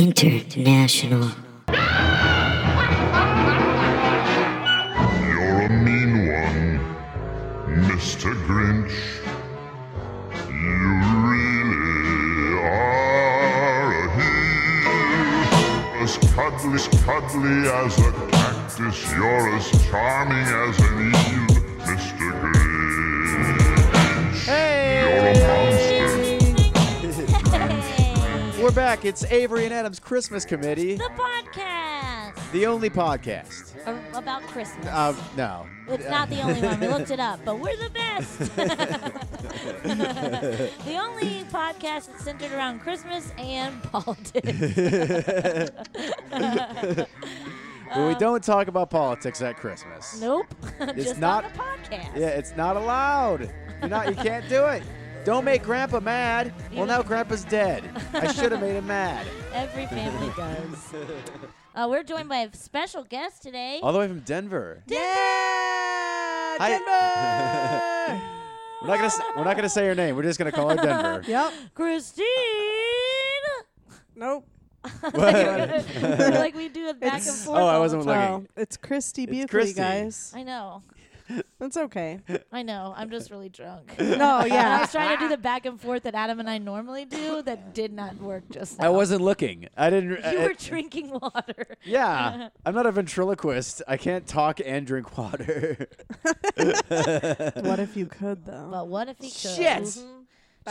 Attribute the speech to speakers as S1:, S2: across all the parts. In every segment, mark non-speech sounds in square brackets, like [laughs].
S1: International.
S2: You're a mean one, Mr. Grinch. You really are a heel. As cuddly, cuddly as a cactus, you're as charming as an eel, Mr. Grinch. You're a monster.
S3: We're back. It's Avery and Adam's Christmas Committee,
S4: The podcast
S3: the only podcast.
S4: a- about Christmas.
S3: Uh, no.
S4: it's not the only one. We looked it up, but we're the
S3: [laughs]
S4: best. the only podcast that's centered around Christmas
S3: [laughs]
S4: and politics.
S3: But we don't talk about politics at Christmas.
S4: Uh, nope. [laughs] Just
S3: not-
S4: not, a podcast.
S3: Yeah, it's not allowed. You're not, you can't do it. Don't make Grandpa mad. Well, now Grandpa's dead. I should have made him mad.
S4: Every family
S3: [laughs]
S4: does. Uh, we're joined by a special guest today.
S3: All the way from Denver.
S5: Yeah,
S3: Hi.
S5: Denver.
S3: We're not gonna. Say, we're not gonna say her name. We're just gonna call her
S4: [laughs]
S3: Denver.
S5: yep.
S3: [laughs]
S4: Christine!
S5: Nope.
S4: like we do it back and forth.
S3: Oh, I
S4: all
S3: wasn't
S4: the
S3: looking.
S4: time.
S5: Oh, it's Christy Buckley,
S3: Christy.
S5: guys.
S4: I know.
S5: That's [laughs] okay.
S4: I know. I'm just really drunk.
S3: [laughs]
S5: No,
S4: And I
S5: Oh, yeah.
S4: was trying to do the back and forth that Adam and I normally do that did not work just now.
S3: I wasn't looking. I didn't.
S4: You
S3: I-
S4: were drinking water.
S3: yeah, I'm not a ventriloquist. I can't talk and drink
S5: [laughs]
S3: water.
S5: what if you could though?
S4: But what if he could?
S3: Shit.
S4: Mhm.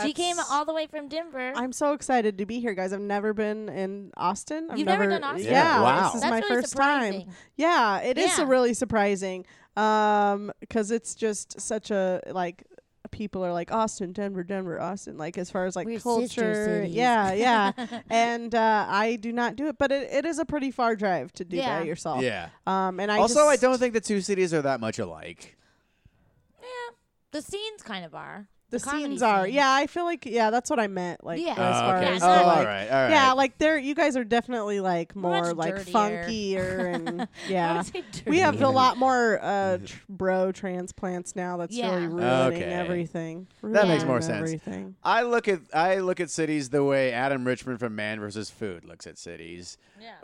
S4: She came
S5: That's-
S4: all the way from Denver.
S5: I'm so excited to be here, guys. I've never been in Austin. I've
S4: You've never done Austin?
S5: Yeah,
S3: Yeah, wow.
S5: this is
S4: That's
S5: my
S4: really
S5: first
S4: surprising.
S5: time. Yeah, it is
S4: Yeah.
S5: really surprising. Um, because it's just such a like people are like Austin, Denver, Denver, Austin. Like as far as like
S4: We're sister
S5: culture,
S4: cities. [laughs]
S5: yeah, yeah. and uh, I do not do it, but it, it is a pretty far drive to do
S4: Yeah.
S5: that yourself.
S3: yeah.
S5: Um, and I
S3: also, I
S5: just-
S3: don't think the two cities are that much alike.
S4: yeah. The scenes kind of are.
S5: the
S4: comedy
S5: scenes
S4: [laughs]
S5: are.
S4: scene.
S5: Yeah, I feel like yeah, that's what I meant. Like
S4: Yeah.
S5: as
S4: Oh,
S5: far
S4: okay.
S5: as
S4: Yeah,
S5: the,
S4: so-
S5: like,
S3: all right, all right.
S5: yeah, like there you guys are definitely like
S4: We're
S5: more
S4: much
S5: like
S4: dirtier. [laughs]
S5: funkier and
S4: I
S5: yeah.
S4: would say
S5: We have
S4: dirty.
S5: a lot more
S3: [laughs]
S5: uh, tr- bro transplants now. That's really
S4: Yeah.
S3: Okay.
S5: ruining everything.
S3: That
S4: makes
S3: more
S5: Ruining
S3: sense.
S5: Everything.
S3: I look at I look at cities the way Adam Richmond from Man vs. Food looks at cities,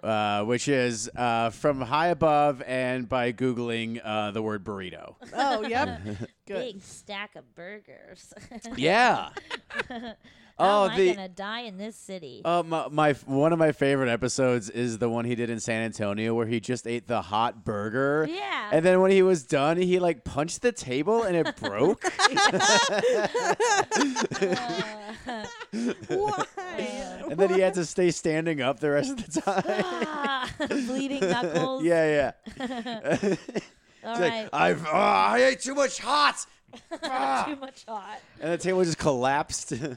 S3: uh, which is uh, from high above and by googling uh, the word burrito.
S5: Oh,
S3: [laughs]
S5: yep. Good.
S4: Big stack of burgers. [laughs]
S3: yeah.
S4: How
S3: oh,
S4: am I
S3: the
S4: gonna die in this city? [laughs]
S3: uh, my, my one of my favorite episodes is the one he did in San Antonio where he just ate the hot burger.
S4: Yeah.
S3: And then when he was done, he like punched the table and it
S4: [laughs]
S3: broke.
S5: [laughs] Why?
S3: and then he had to stay standing up the rest of the
S4: [gasps]
S3: time.
S4: Ah,
S3: [laughs]
S4: bleeding knuckles.
S3: yeah, yeah.
S4: All
S3: It's like,
S4: right.
S3: I've oh, I ate too much hot,
S4: [laughs]
S3: ah.
S4: Too much hot.
S3: and the table just collapsed. [laughs]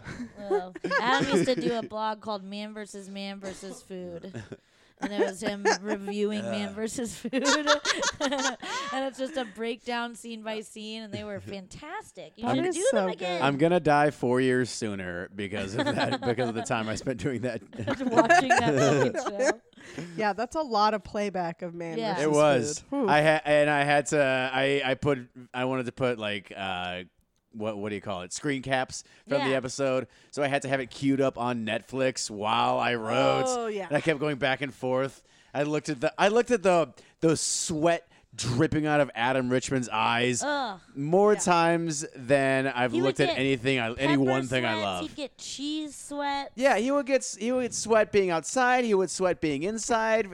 S4: Well, Adam used to do a blog called Man versus Man versus Food. And it was him reviewing Man versus Food. [laughs] and it's just a breakdown scene by scene, and they were fantastic. You
S5: That
S4: should
S5: is
S4: do them
S5: so
S4: again.
S3: I'm gonna die four years sooner because of that, because of the time I spent doing that.
S4: [laughs]
S3: [laughs]
S4: watching that fucking show.
S5: yeah, that's a lot of playback of man.
S4: Yeah.
S5: versus
S3: it was.
S5: food. Whew.
S3: I had and I had to. I I put. I wanted to put like. uh what, what do you call it? Screen caps from the
S4: Yeah.
S3: episode. So I had to have it queued up on Netflix while I wrote.
S5: Oh, yeah.
S3: And I kept going back and forth. I looked at the I looked at the the sweat dripping out of Adam Richmond's eyes
S4: Ugh.
S3: more times than I've
S4: He would
S3: looked at
S4: get
S3: anything I any
S4: Pepper
S3: one thing I
S4: sweats,
S3: love.
S4: He'd get cheese sweat.
S3: Yeah, he would get s- he would sweat being outside. He would sweat being
S4: [laughs]
S3: inside.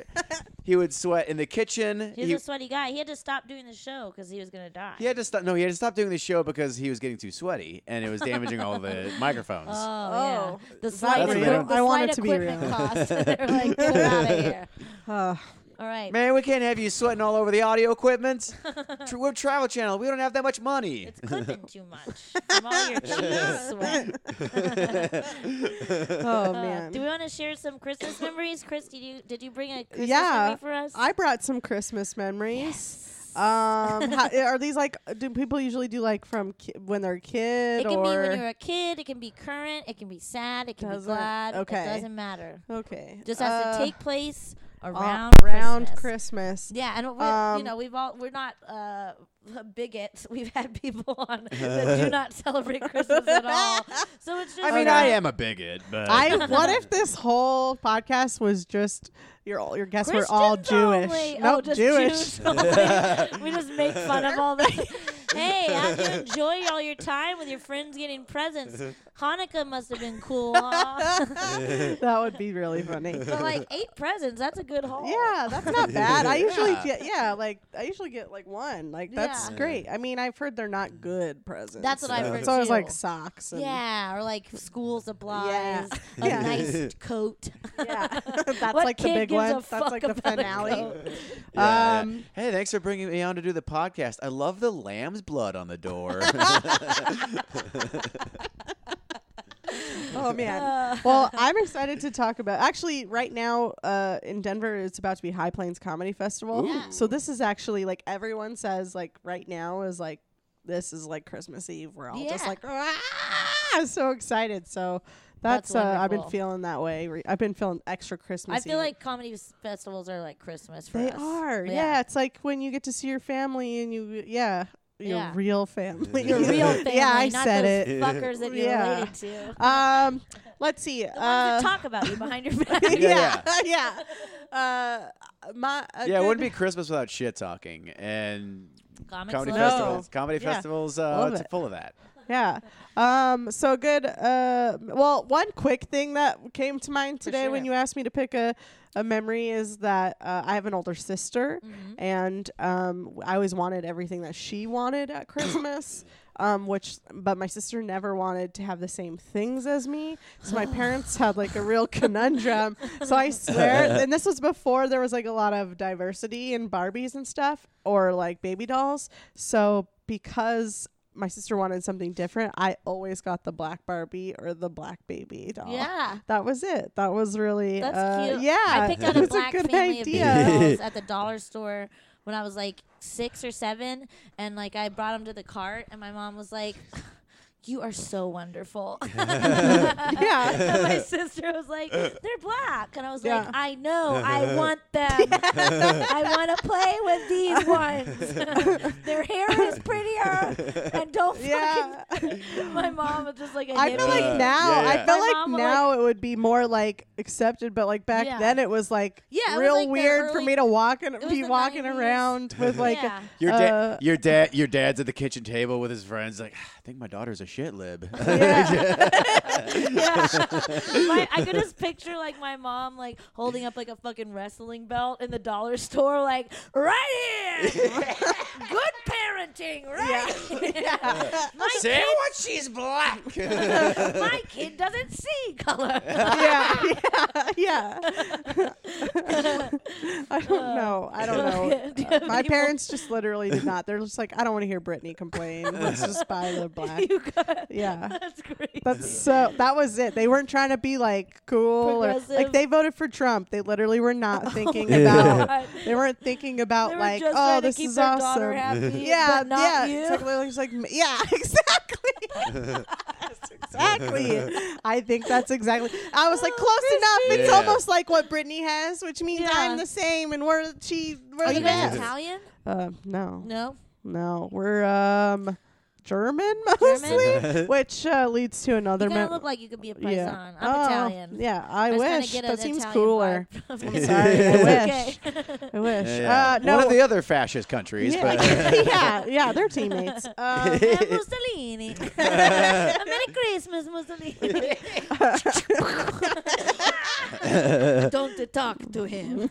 S3: he would sweat in the kitchen.
S4: He was
S3: He,
S4: a sweaty guy. He had to stop doing the show because he was going to die.
S3: he had to stop. No, he had to stop doing the show because he was getting too sweaty and it was damaging all
S5: [laughs]
S3: the microphones.
S4: Oh, yeah.
S5: Oh.
S4: The
S5: that
S4: slide,
S3: real?
S4: equip- the
S5: I want
S4: slide
S5: it to be
S4: equipment
S5: real.
S4: cost. [laughs] They're like, get out of here.
S5: Ugh.
S4: All right.
S3: Man, we can't have you sweating all over the audio equipment.
S5: [laughs]
S3: Tr- We're Travel Channel. We don't have that much money.
S4: It's clipping too [laughs] much from all
S5: [laughs]
S4: your cheese sweat.
S5: oh
S4: [laughs] Uh,
S5: man.
S4: Do we want to share some [laughs] Christmas memories? Christy, do you, did you bring a Christmas
S5: yeah,
S4: memory for us?
S5: I brought some Christmas memories. Um,
S4: [laughs]
S5: how, are these like? Do people usually do like from ki- when they're a kid
S4: it can
S5: or?
S4: be when you're a kid. It can be current. It can be sad. It can
S5: Doesn't-
S4: be glad.
S5: okay.
S4: It doesn't matter.
S5: okay,
S4: Just has
S5: uh,
S4: to take place around,
S5: around
S4: Christmas.
S5: Christmas.
S4: Yeah, and we,
S5: Um,
S4: you know we've all we're not uh, [laughs] bigots. [laughs] We've had people
S5: [laughs]
S4: on that do not celebrate Christmas at all. So it's just
S5: I
S3: I mean,
S5: mean,
S3: I
S5: I-
S3: am a bigot, but
S4: [laughs]
S5: I what if this whole podcast was just your all your guests were all
S4: Christians
S5: Jewish?
S4: only.
S5: No,
S4: oh, just
S5: Jewish. [laughs]
S4: Jews only. [laughs] we just make fun of all this. hey, how'd you enjoy all your time with your friends getting presents? Hanukkah must have been cool.
S5: [laughs]
S4: huh?
S5: that would be really funny.
S4: but like eight presents, that's a good haul.
S5: Yeah, that's not bad. I usually
S3: Yeah.
S5: get yeah, like I usually get like one. Like that's
S4: Yeah.
S5: great. I mean, I've heard they're not good presents.
S4: That's what I've heard
S5: So it's like
S4: too.
S5: socks. And
S4: Yeah, or like school supplies, a
S5: Yeah.
S4: nice
S5: [laughs]
S4: coat.
S5: [laughs]
S4: [laughs]
S5: yeah. that's
S4: What
S5: like the
S4: kid
S5: big
S4: gives
S5: one.
S4: a
S5: That's
S4: fuck
S5: like the
S4: about a
S5: finale.
S4: coat?
S3: [laughs] Yeah.
S5: Um,
S3: hey, thanks for bringing me on to do the podcast. I love the lamb's blood on the
S5: [laughs]
S3: door. [laughs]
S5: Oh man.
S4: Uh, [laughs]
S5: Well, I'm excited to talk about. Actually, right now uh, in Denver, it's about to be High Plains Comedy Festival.
S4: Yeah.
S5: So this is actually like everyone says like right now is like this is like Christmas Eve. We're all just
S4: Yeah.
S5: like "Ah!" so excited. So that's,
S4: That's
S5: uh, I've been
S4: wonderful.
S5: feeling that way. Re- I've been feeling extra Christmas.
S4: I feel like comedy s- festivals are like Christmas for
S5: they
S4: us.
S5: are. Yeah. it's like when you get to see your family and you yeah your
S4: Yeah.
S5: real family.
S4: Your real family,
S5: [laughs] yeah, I
S4: not
S5: said
S4: those
S5: it.
S4: fuckers that you're
S5: Yeah.
S4: related to. The
S5: Um, let's see.
S4: ones
S5: uh,
S4: that talk about you behind
S5: [laughs]
S4: your back.
S5: yeah, [laughs] yeah. Uh, my a
S3: yeah, it wouldn't
S5: [laughs] good-
S3: be Christmas without shit talking and
S4: Comics
S3: comedy
S4: love
S5: No.
S4: it.
S3: festivals. Comedy
S5: Yeah.
S3: festivals,
S5: Love
S3: uh, it's
S5: it.
S3: full of that.
S5: [laughs] Yeah. Um. So good. Uh. Well, one quick thing that came to mind today when
S4: sure.
S5: you asked me to pick a, a memory is that uh, I have an older sister, and um, I always wanted everything that she wanted at [coughs] Christmas. Um, which, but my sister never wanted to have the same things as me, so my parents had like a real conundrum. So I swear, and this was before there was like a lot of diversity in Barbies and stuff, or like baby dolls. So because my sister wanted something different, I always got the black Barbie or the black baby
S4: [laughs]
S5: doll.
S4: Yeah.
S5: That was it. That was really
S4: That's
S5: uh,
S4: cute.
S5: Yeah.
S4: I picked out a
S5: It's
S4: black
S5: good
S4: family of
S5: idea.
S3: [laughs]
S4: baby
S5: [laughs]
S4: dolls at the dollar store when I was like six or seven, and like I brought them to the cart, and my mom was like. You are so
S5: [laughs]
S4: wonderful. [laughs] yeah. [laughs] my sister was like, they're black. And I was
S5: Yeah.
S4: like, I know. I
S5: [laughs]
S4: want them. I want to play with
S5: [laughs]
S4: these ones. [laughs] Their hair is prettier. And don't
S5: Yeah.
S4: fucking. [laughs] my mom was just like a
S5: I feel
S4: hippie.
S5: like now,
S3: yeah,
S5: I
S3: yeah.
S5: feel
S4: My
S5: like
S4: mom will,
S5: now it would be more like accepted, but like back
S4: Yeah.
S5: then it was like
S4: Yeah, it was,
S5: real
S4: like, the
S5: weird for
S4: early-
S5: me to walk and
S4: was
S5: be
S4: the
S5: walking
S4: 90s.
S5: around
S4: [laughs]
S5: with like
S4: Yeah.
S3: Your
S5: Uh,
S3: dad, your
S5: [laughs]
S3: dad, your dad's at the kitchen table with his friends. Like, "Ah, I think my daughter's a shit lib.
S5: yeah. [laughs]
S4: Yeah. my, I could just picture like my mom like holding up like a fucking wrestling belt in the dollar store, like right here.
S5: [laughs]
S4: Good parenting, right? here." [laughs] my,
S3: Say what? She's black. Uh,
S4: kid, my kid doesn't see
S5: [laughs]
S4: color.
S5: [laughs] yeah, yeah, yeah. I
S4: Uh,
S5: don't know. I don't know.
S4: [laughs] Do you have
S5: Uh, My
S4: any [laughs]
S5: parents just literally did not. They're just like, I don't want to hear Brittany complain. Let's just buy
S4: [laughs]
S5: the
S4: more-
S5: black.
S4: you got-
S5: Yeah.
S4: That's great. [laughs] Oh
S5: That's so. That was it. They weren't trying to be like cool or like
S4: Progressive.
S5: they voted for Trump. They literally were
S4: [laughs]
S5: not thinking about.
S4: God.
S5: They weren't thinking about
S4: They were
S5: like,
S4: just
S5: oh,
S4: trying to
S5: this
S4: keep
S5: is
S4: their
S5: awesome.
S4: daughter happy,
S5: yeah,
S4: but not
S5: yeah.
S4: you.
S5: It's like, literally just like, m- yeah, [laughs] exactly.
S4: [laughs]
S5: That's exactly. I think that's exactly. I was like,
S4: Oh,
S5: close enough. It's
S3: Yeah.
S5: almost like what Brittany has, which means
S4: Yeah.
S5: I'm the same, and we're she. We're
S4: Are
S5: the
S4: you guys
S5: best.
S4: Italian?
S5: Uh, no.
S4: No.
S5: No, we're um German [laughs] mostly, which uh, leads to another.
S4: You kind
S5: mem-
S4: of look like you could be a paisan.
S5: yeah.
S4: I'm
S5: Oh,
S4: Italian.
S5: Yeah, I,
S4: was trying to
S5: wish
S4: get
S5: that
S4: an
S5: seems
S4: Italian
S5: cooler.
S4: vibe from
S5: [laughs]
S3: [laughs]
S5: I'm
S4: you.
S5: sorry, I wish.
S4: It's okay.
S5: I wish.
S3: Yeah.
S5: Uh, no,
S3: One of the other fascist countries, uh,
S5: [laughs] yeah, yeah, yeah,
S3: [laughs]
S5: they're teammates. Uh,
S4: [laughs] Eh,
S5: [laughs]
S4: Mussolini. Merry Christmas, Mussolini. Don't talk to him.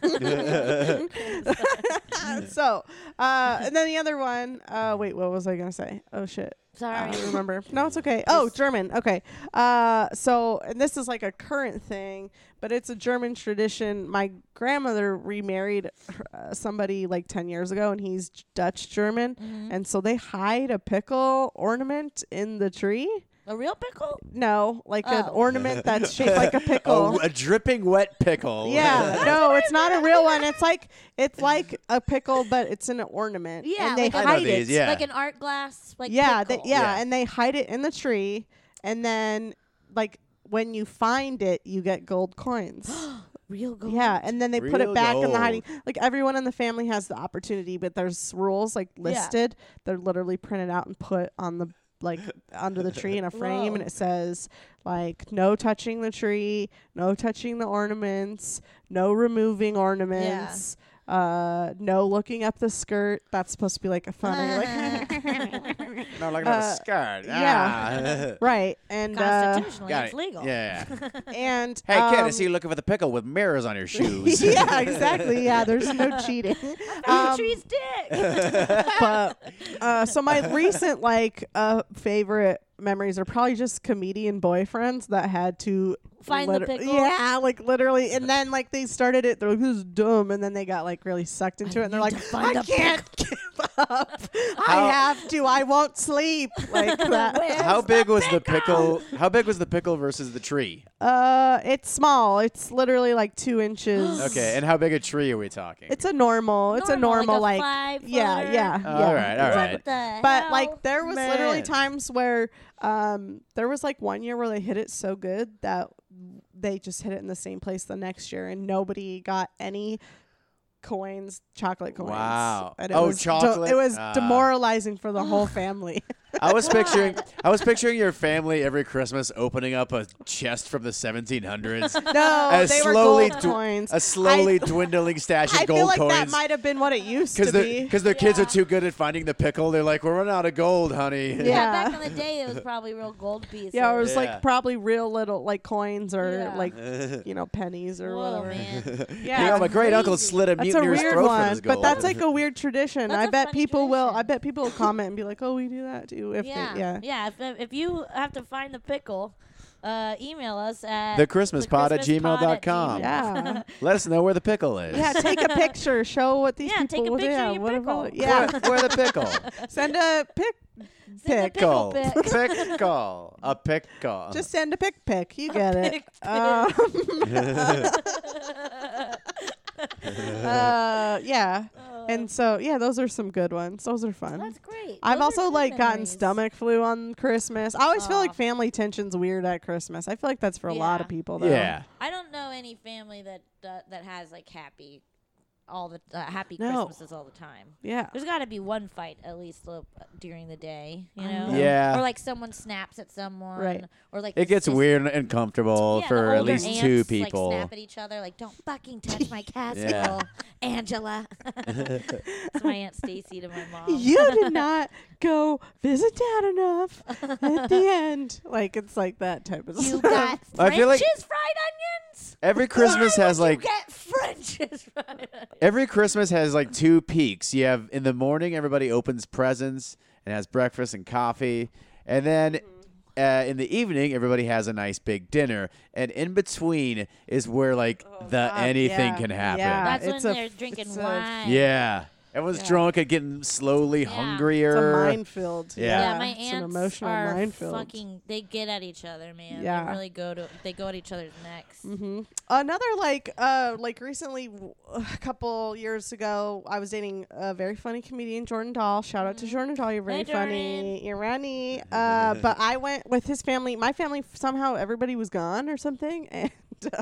S5: [laughs] so, uh, and then the other one. Uh, wait, what was I gonna say? Oh shit. I
S4: Sorry. [laughs]
S5: don't remember. No, it's okay. Oh, German. Okay. Uh, so, and this is like a current thing, but it's a German tradition. My grandmother remarried uh, somebody like 10 years ago, and he's Dutch German.
S4: Mm-hmm.
S5: And so they hide a pickle ornament in the tree.
S4: A real pickle?
S5: No, like an
S4: Oh.
S5: ornament that's shaped like a
S3: but a,
S5: pickle.
S3: a dripping wet pickle.
S5: Oh. [laughs] Yeah, no, it's not a real one. It's like it's like a pickle, but it's an ornament.
S4: Yeah,
S5: and they
S4: like a-
S3: I
S5: hide
S3: know
S5: it.
S3: these. Yeah.
S4: Like an art glass? Like
S5: yeah, they,
S4: pickle.
S5: yeah,
S3: Yeah.
S5: and they hide it in
S4: [gasps]
S5: the tree, and then like when you find it, you get gold coins. [gasps]
S4: Real gold.
S5: Yeah, and then they put
S3: Real
S5: it back in the hiding.
S3: gold.
S5: Like everyone in the family has the opportunity, but there's rules like listed. They're literally printed out and put on the like under the tree in a frame, and
S4: Whoa.
S5: it says like no touching the tree, no touching the ornaments, no removing ornaments. Uh, no looking up the skirt. That's supposed to be like a funny, like,
S3: [laughs] Not like about
S5: Uh,
S3: a skirt.
S5: yeah.
S3: Ah.
S5: right? And uh,
S4: Constitutionally,
S3: Got
S4: it's
S3: it.
S4: legal.
S3: Yeah. yeah.
S5: and
S3: Hey, kid, I
S5: um,
S3: see you looking for the pickle with mirrors on your
S5: [laughs]
S3: shoes.
S5: yeah, exactly. Yeah, there's no cheating. Um,
S4: tree's
S5: [laughs]
S4: dick.
S5: but
S4: [laughs]
S5: uh, so my recent like uh, favorite memories are probably just comedian boyfriends that had to
S4: Find the pickle?
S5: Yeah, like
S3: [laughs]
S5: literally, and then like they started it. They're like, "This is dumb," and then they got like really sucked into it, and they're
S4: need
S5: like,
S4: to find
S5: "I
S4: a
S5: can't [laughs] give up. I have to. I
S4: [laughs]
S5: won't sleep." Like that.
S3: How big was the pickle? How big was the pickle versus the tree?
S5: uh, it's small. It's literally like two inches.
S3: Okay, and how big a tree are we talking?
S5: It's a normal. It's a
S4: Normal,
S5: normal
S4: like
S5: like,
S4: a five
S5: yeah,
S4: footer?
S5: yeah,
S3: All
S5: yeah.
S3: right, all right.
S4: What the
S5: But
S4: hell?
S5: like there was literally
S3: Man.
S5: times where um there was like one year where they hit it so good that they just hit it in the same place the next year and nobody got any coins, chocolate coins.
S3: Wow.
S5: And it
S3: Oh,
S5: was de-
S3: chocolate.
S5: it was
S3: Ah.
S5: demoralizing for the whole family.
S3: [laughs]
S5: [laughs]
S3: I was picturing I was picturing your family every Christmas opening up a chest from the 1700s.
S5: no,
S3: A
S5: they
S3: slowly
S5: were gold
S3: dw-
S5: coins.
S3: A
S5: [laughs]
S3: slowly
S5: I,
S3: dwindling stash of
S5: I
S3: gold
S5: feel like
S3: coins.
S5: that might have been what it used to
S3: their,
S5: be.
S3: because their kids are too good at finding the pickle. They're like, we're running out of gold, honey.
S5: Yeah.
S4: yeah, back in the day, it was probably real gold pieces.
S5: Yeah, or it was
S3: Yeah.
S5: like probably real little like coins or
S3: [laughs]
S4: Yeah.
S5: like you know pennies or
S4: Whoa,
S5: whatever.
S4: man.
S3: [laughs] You know,
S5: Yeah,
S3: my great uncle slid a
S5: that's a
S3: mutineer's
S5: weird
S3: throat for
S5: one,
S3: his gold.
S5: but that's like a weird tradition.
S4: That's
S5: I
S4: a
S5: bet
S4: funny
S5: people will.
S4: tradition.
S5: I bet people will comment and be like, "Oh, we do that too." If
S4: yeah, [laughs]
S5: They, [laughs] yeah.
S4: yeah. If, if you have to find the pickle, uh, email us at
S3: The Christmas pod at
S4: thechristmaspod
S3: gmail dot com.
S5: Yeah.
S3: [laughs] Let us know where the pickle is.
S5: Yeah, take a picture. Show what these
S4: Yeah, take a
S5: people.
S4: picture of
S5: yeah,
S4: your
S5: what
S4: pickle.
S5: about- yeah,
S3: [laughs]
S4: [laughs]
S3: Where, where the
S5: [laughs]
S3: pickle?
S5: send a pic.
S4: [laughs] Send a
S5: Pick.
S4: pickle
S3: Pickle. [laughs]
S4: pic.
S3: Pickle. A pickle.
S5: Just send a pic pic. You get it.
S4: pic pic.
S5: Um, [laughs]
S4: [laughs]
S5: uh, yeah. And so yeah, those are some good ones. Those are fun.
S4: That's great.
S5: Mm. I've
S4: Those are
S5: also
S4: good
S5: like gotten
S4: memories.
S5: stomach flu on Christmas. I always feel
S4: Aw.
S5: like family tension's weird at Christmas. I feel like that's for a lot
S4: Yeah.
S5: of people though.
S3: yeah.
S4: I don't know any family that uh, that has like happy, all the uh, happy
S5: No.
S4: Christmases all the time.
S5: Yeah.
S4: There's got to be one fight at least uh, during the day, you know?
S5: know.
S3: Yeah.
S4: Or like someone snaps at someone,
S5: Right.
S4: Or like
S3: It
S4: the
S3: gets
S4: sis-
S3: weird and uncomfortable
S4: Yeah, the
S3: for at
S4: older
S3: least
S4: aunts,
S3: two
S4: like,
S3: people.
S4: snap at each other, like don't fucking touch
S5: [laughs]
S4: my casserole,
S3: Yeah.
S4: Angela. [laughs]
S3: [laughs]
S4: it's my aunt Stacy to my mom.
S5: [laughs] You did not go visit dad enough
S4: [laughs]
S5: at the end. Like it's like that type of
S4: You
S5: stuff.
S4: got French's
S3: I feel like-
S4: fried onions.
S3: Every
S4: [laughs]
S3: Christmas
S4: Why
S3: has
S4: would
S3: like
S4: you get French's fried onions.
S3: every Christmas has like two peaks. You have in the morning, everybody opens presents and has breakfast and coffee, and then uh,
S5: Mm-hmm.
S3: in the evening, everybody has a nice big dinner. And in between is where like the
S5: Oh, God,
S3: anything
S5: yeah,
S3: can happen.
S5: yeah.
S4: That's
S5: Uh, it's a
S4: when
S5: f-
S4: they're drinking
S5: it's a-
S4: wine.
S3: Yeah. everyone's
S5: Yeah.
S3: drunk and getting slowly hungrier.
S5: it's a minefield.
S3: Yeah.
S4: Yeah, my
S5: it's
S4: aunts
S5: an emotional
S4: are
S5: minefield.
S4: fucking. They get at each other, man.
S5: Yeah.
S4: They really go to. They go at each other's necks.
S5: Mhm. Another like uh like recently w- a couple years ago I was dating a very funny comedian Jordan Dahl. Shout out to Jordan Dahl, you're very
S4: Hey,
S5: funny. You're
S3: [laughs]
S5: funny. Uh but I went with his family. My family somehow everybody was gone or something [laughs] and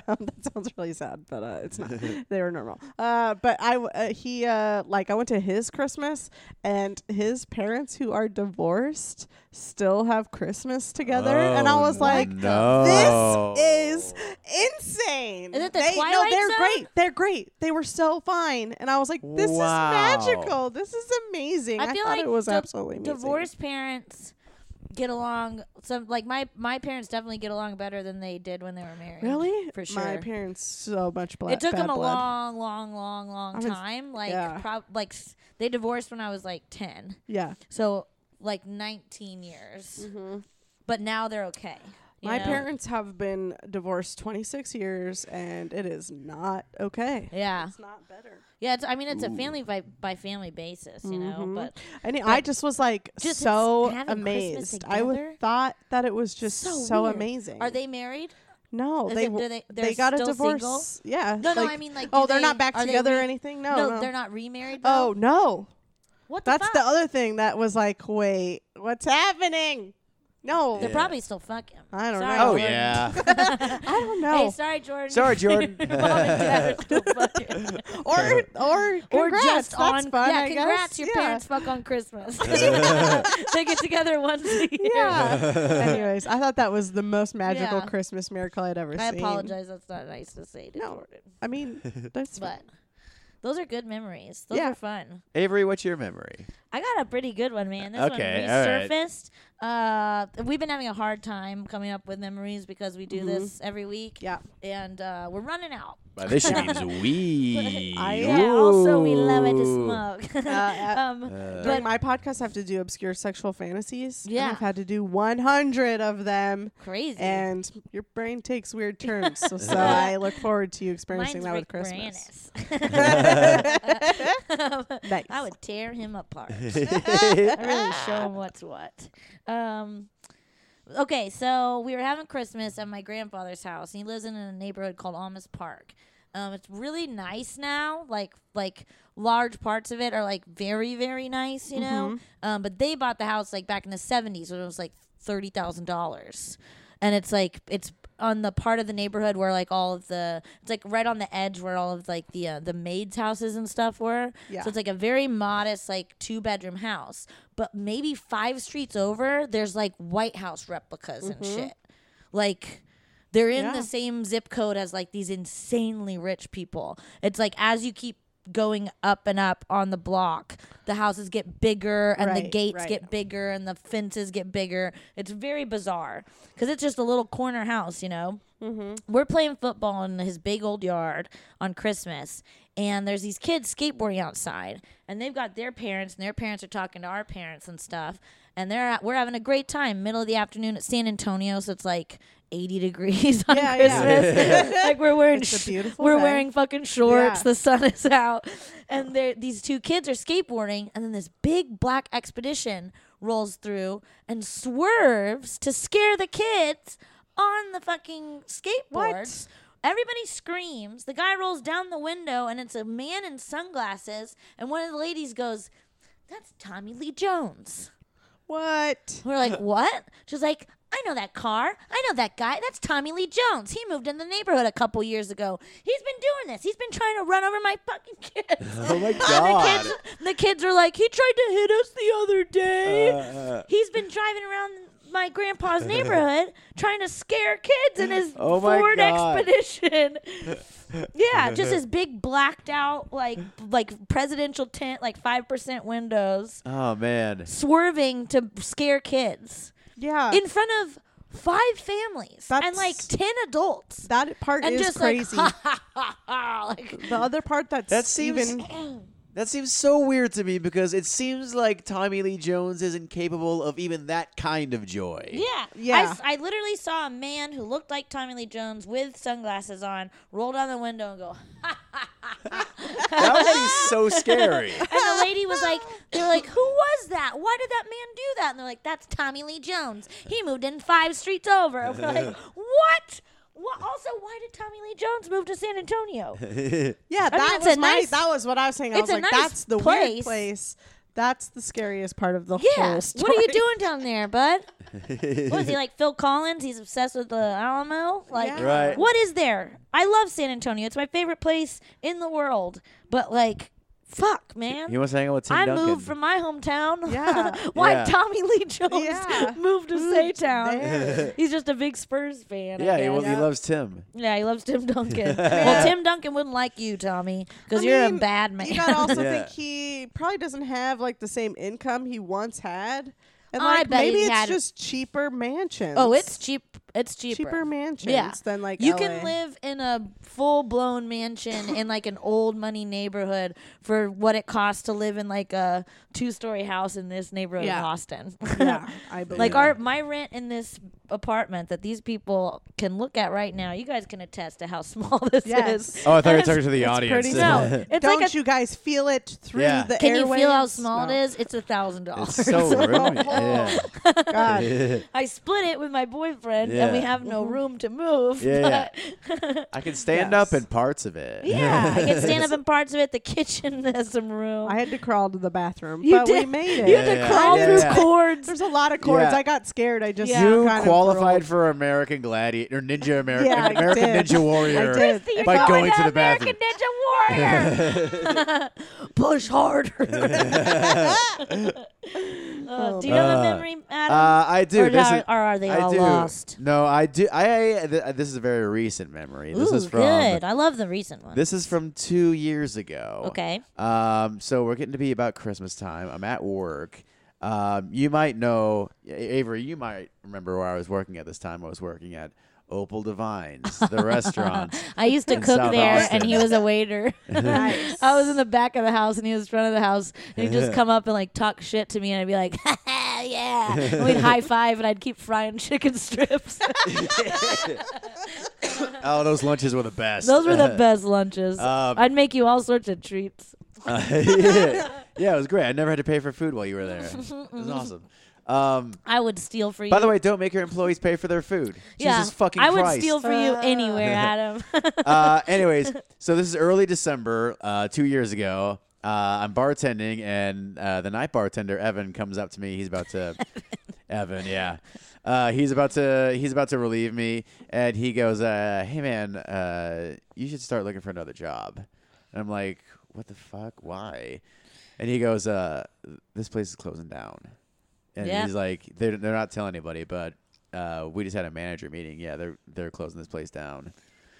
S5: um, that sounds really sad, but uh,
S3: [laughs]
S5: it's not. they were normal. Uh but I w- uh, he uh like I went to his Christmas and his parents who are divorced still have Christmas together and I
S3: Oh,
S5: was like
S3: no.
S5: this is insane.
S4: Is it the
S5: they, No,
S4: Twilight
S5: they're
S4: Zone?
S5: great. They're great. They were so fine, and I was like, "This
S3: Wow.
S5: is magical. This is amazing." I, thought it was
S4: di-
S5: absolutely amazing.
S4: divorced parents get along. Some like my my parents definitely get along better than they did when they were married.
S5: Really?
S4: For sure.
S5: My parents so much blood.
S4: it took
S5: bad
S4: them a
S5: blood.
S4: long, long, long, long
S5: I was-
S4: time. Like,
S5: yeah.
S4: prob- like s- they divorced when I was like ten,
S5: Yeah.
S4: so like nineteen years. But now they're okay. you
S5: Mm-hmm. My
S4: know?
S5: parents have been divorced 26 years, and it is not okay.
S4: Yeah,
S5: It's not better.
S4: yeah. It's, I mean, it's a family by by family basis, you
S5: Mm-hmm.
S4: know. But
S5: And I just was like
S4: Just
S5: so
S4: having Christmas
S5: amazed. I
S4: together?
S5: would thought that it was just so,
S4: weird.
S5: amazing.
S4: Are they married?
S5: No,
S4: Is
S5: they
S4: it-
S5: w-
S4: do they-
S5: they,
S4: they're
S5: got a
S4: still
S5: divorce.
S4: single?
S5: Yeah.
S4: No, no, I mean, like,
S5: oh,
S4: do
S5: they're not
S4: they-
S5: back
S4: are they
S5: together or
S4: re-
S5: anything. No, no,
S4: they're not remarried. Though?
S5: Oh no,
S4: what?
S5: that's
S4: fuck?
S5: the other thing that was like, wait, what's happening? No.
S4: They're probably still fucking.
S5: I don't
S4: Sorry,
S5: know.
S3: Oh
S4: Jordan.
S5: [laughs]
S3: yeah.
S4: [laughs]
S5: I don't
S4: Hey,
S5: know.
S4: sorry, Jordan. [laughs]
S3: Sorry, Jordan.
S4: Your mom and dad are still
S3: [laughs]
S4: fucking.
S5: or or congrats.
S4: or just
S5: That's
S4: on
S5: fun,
S4: yeah,
S5: I guess.
S4: congrats. Your
S5: Yeah.
S4: parents fuck on
S3: [laughs]
S4: Christmas. [laughs] they get together once a year.
S3: [laughs]
S5: Yeah. Anyways, I thought that was the most magical
S4: Yeah.
S5: Christmas miracle I'd ever
S4: I
S5: seen.
S4: apologize. That's not nice to say to
S5: No.
S4: Jordan,
S5: I mean, that's
S4: but
S5: fun.
S4: those are good memories. Those
S5: Yeah.
S4: are fun.
S3: Avery, what's your memory?
S4: I got a pretty good one, man. This
S3: Okay,
S4: one
S3: all right.
S4: resurfaced. Uh, we've been having a hard time coming up with memories because we do this every week.
S5: Mm-hmm. Yeah.
S4: And uh, we're running out.
S3: By this she
S5: [laughs]
S3: means we.
S5: I-
S4: Yeah. Also, we love it to smoke. [laughs]
S5: uh,
S4: um,
S5: During
S4: but
S5: my podcast, I have to do obscure sexual fantasies. and
S4: Yeah.
S5: I've had to do 100 of them.
S4: crazy.
S5: And your brain takes
S4: [laughs]
S5: weird turns. [laughs] So, so I look forward to you experiencing
S4: Mine's
S5: that
S4: Rick
S5: with Christmas.
S4: [laughs] Moranis.
S5: Nice.
S4: I would tear him apart. I really show him what's what. Um, okay, so we were having Christmas at my grandfather's house, and he lives in a neighborhood called Almas Park. Um, it's really nice now. Like like large parts of it are like very very nice, you know. Um, but they bought the house like back in the seventies when it was like thirty thousand dollars, and it's like it's on the part of the neighborhood where like all of the it's like right on the edge where all of like the uh, the maids houses and stuff were.
S5: Yeah.
S4: So it's like a very modest like two bedroom house, but maybe five streets over there's like White House replicas and shit. Like they're in
S5: Yeah.
S4: the same zip code as like these insanely rich people. It's like as you keep going up and up on the block, the houses get bigger and the
S5: Right,
S4: gates
S5: right.
S4: get bigger and the fences get bigger. It's very bizarre because it's just a little corner house, you know? We're playing football in his big old yard on Christmas, and there's these kids skateboarding outside, and they've got their parents, and their parents are talking to our parents and stuff, and they're at, we're having a great time, middle of the afternoon at San Antonio, so it's like 80 degrees [laughs] on
S5: Yeah, yeah.
S4: Christmas.
S5: [laughs]
S4: like we're wearing
S5: It's a
S4: sh-
S5: beautiful
S4: we're
S5: day.
S4: wearing fucking shorts.
S5: Yeah.
S4: The sun [laughs] is out, and there these two kids are skateboarding, and then this big black expedition rolls through and swerves to scare the kids on the fucking skateboards. Everybody screams. The guy rolls down the window, and it's a man in sunglasses. And one of the ladies goes, "That's Tommy Lee Jones."
S5: What?
S3: [laughs]
S4: We're like, what? She's like, I know that car. I know that guy. That's Tommy Lee Jones. He moved in the neighborhood a couple years ago. He's been doing this. He's been trying to run over my fucking
S3: [laughs]
S4: kids. [laughs]
S3: oh my
S4: And
S3: god.
S4: the kids, the kids are like, he tried to hit us the other day.
S3: Uh,
S4: He's been driving around
S3: [laughs]
S4: my grandpa's neighborhood trying to scare kids in his
S3: Oh my
S4: Ford
S3: God. [laughs]
S4: expedition. yeah, just this big blacked out like like presidential tent, like five percent windows,
S3: oh man.
S4: swerving to scare kids
S5: Yeah.
S4: in front of five families and
S5: That's-
S4: like 10 adults
S5: that part
S4: and
S5: is
S4: just
S5: crazy.
S4: like ha ha ha ha [laughs] like
S5: [laughs] the other part that's
S3: That seems-
S5: even
S3: That seems so weird to me because it seems like Tommy Lee Jones isn't capable of even that kind of joy.
S4: yeah
S5: Yeah.
S4: I s- I, literally saw a man who looked like tommy lee jones with sunglasses on roll down the window and go [laughs]
S3: That would be so scary.
S4: and the lady was like
S5: [laughs]
S4: they're like who was that why did that man do that and they're like that's tommy lee jones he moved in five streets over and we're
S5: [laughs]
S4: like what what, also, why did Tommy Lee Jones move to San Antonio?
S5: yeah.
S4: mean,
S5: That
S4: it's
S5: was
S4: a
S5: my
S4: nice-
S5: that was what I was saying. I
S4: it's
S5: was
S4: a
S5: like,
S4: nice
S5: that's the
S4: place.
S5: weird place. That's the scariest part of the
S4: Yeah,
S5: whole
S4: what
S5: story.
S4: are you doing down there,
S5: [laughs]
S4: bud? What is he like Phil Collins? He's obsessed with the Alamo. Like,
S5: Yeah.
S3: Right.
S4: what is there? I love San Antonio. It's my favorite place in the world. But like, fuck, man.
S3: He wants to hang out with Tim
S4: I
S3: Duncan.
S4: moved from my hometown.
S5: Yeah.
S4: [laughs] Why
S3: Yeah.
S4: Tommy Lee Jones
S5: Yeah.
S4: [laughs] moved to
S5: Moved
S3: [laughs]
S4: Saytown?
S5: there.
S4: He's just a big Spurs fan. I
S3: yeah, he,
S4: guess.
S3: well, he loves
S4: [laughs]
S3: Tim.
S4: yeah, he loves Tim
S3: [laughs]
S4: Duncan. well, Tim Duncan wouldn't like you, Tommy, because
S5: I
S4: you're a
S5: mean,
S4: bad man.
S5: You gotta also [laughs]
S3: Yeah.
S5: think he probably doesn't have like the same income he once had, and
S4: I
S5: like
S4: bet he
S5: maybe it's
S4: had-
S5: just cheaper mansions.
S4: oh, it's cheap. It's cheaper.
S5: cheaper, mansions than like
S4: you
S5: LA.
S4: can live in a full blown
S5: [coughs]
S4: mansion in like an old money neighborhood for what it costs to live in like a two story house in this neighborhood of
S5: Yeah.
S4: Austin. [laughs]
S5: Yeah, I believe.
S4: like our my rent in this apartment that these people can look at right now. You guys can attest to how [laughs] small this
S5: Yes.
S4: is.
S3: Oh, I thought I
S4: It's-
S3: took it to the audience.
S5: pretty
S3: [laughs]
S4: No, it's
S5: Don't
S4: like a.
S5: you guys feel it through
S3: Yeah.
S5: the
S4: Can you feel how
S5: airwaves?
S4: small
S5: No.
S4: it is? It's a [laughs] thousand dollars.
S3: It's so roomy.
S5: God.
S3: [laughs] Yeah.
S4: I split it with my boyfriend, and we
S3: Yeah.
S4: have
S5: Mm-hmm.
S4: no room to move.
S3: Yeah,
S4: but-
S3: I can stand
S5: Yes.
S3: up in parts of it.
S4: yeah, I can [laughs] stand up in parts of it. The kitchen [laughs] has some room.
S5: I had to crawl to the bathroom,
S4: You
S5: but we
S4: did.
S5: made
S4: you
S5: it.
S4: have to
S3: Yeah.
S4: crawl
S3: Yeah.
S4: through
S3: Yeah.
S4: cords.
S5: There's a lot of chords.
S3: Yeah.
S5: I got scared. I just
S4: Yeah.
S3: You
S5: kind of
S3: qualified
S5: rolled.
S3: for American Gladiator, or Ninja American,
S5: Yeah, I
S3: American
S5: did.
S3: Ninja Warrior.
S5: I did.
S4: You're
S3: By going to the
S4: American
S3: [laughs]
S4: Ninja Warrior. Push harder. Uh, do you have a
S3: Uh,
S4: memory, Adam?
S3: Uh, I do.
S4: Or,
S3: This
S4: are,
S3: is-
S4: or are they
S3: I
S4: all
S3: do.
S4: lost?
S3: No, I do. I, I th- this is a very recent memory. This
S4: Ooh,
S3: is from
S4: good. I love the recent one.
S3: This is from two years ago.
S4: Okay.
S3: Um, so we're getting to be about Christmas time. I'm at work. Um, you might know A- Avery. You might remember where I was working at this time. I was working at Opal Divines,
S4: [laughs]
S3: the restaurant.
S4: I used
S3: [laughs]
S4: to
S3: in
S4: cook
S3: South
S4: there,
S3: Austin.
S4: and he was
S3: [laughs]
S4: a waiter. [laughs]
S5: Nice.
S4: I was in the back of the house, and he was front of the house. And he'd
S3: [laughs]
S4: just come up and like talk shit to me, and I'd be like, [laughs] "Yeah!" And we'd high five, and I'd keep frying [laughs]
S3: [laughs]
S4: chicken strips.
S3: Oh, those lunches were the best.
S4: Those were the best lunches.
S3: Um,
S4: I'd make you all sorts of treats.
S3: Uh, yeah. [laughs] yeah, it was great. I never had to pay for food while you were
S4: [laughs]
S3: there. It was awesome. Um,
S4: I would steal for you.
S3: by the way, don't make your employees pay for their food.
S4: yeah,
S3: Jesus fucking
S4: I would
S3: Christ.
S4: steal for
S5: Ah.
S4: you
S3: [laughs]
S4: anywhere, Adam. [laughs]
S3: uh, anyways, so this is early December, uh, two years ago. Uh, I'm bartending, and uh, the night bartender Evan comes up to me. He's about to, Evan, yeah, uh, he's about to he's about to relieve me, and he goes, uh, "Hey man, uh, you should start looking for another job." And I'm like, "What the fuck? Why?" And he goes, uh, "This place is closing down," and
S4: Yeah.
S3: he's like, "They're they're not telling anybody, but." Uh, we just had a manager meeting. Yeah, they're they're closing this place down.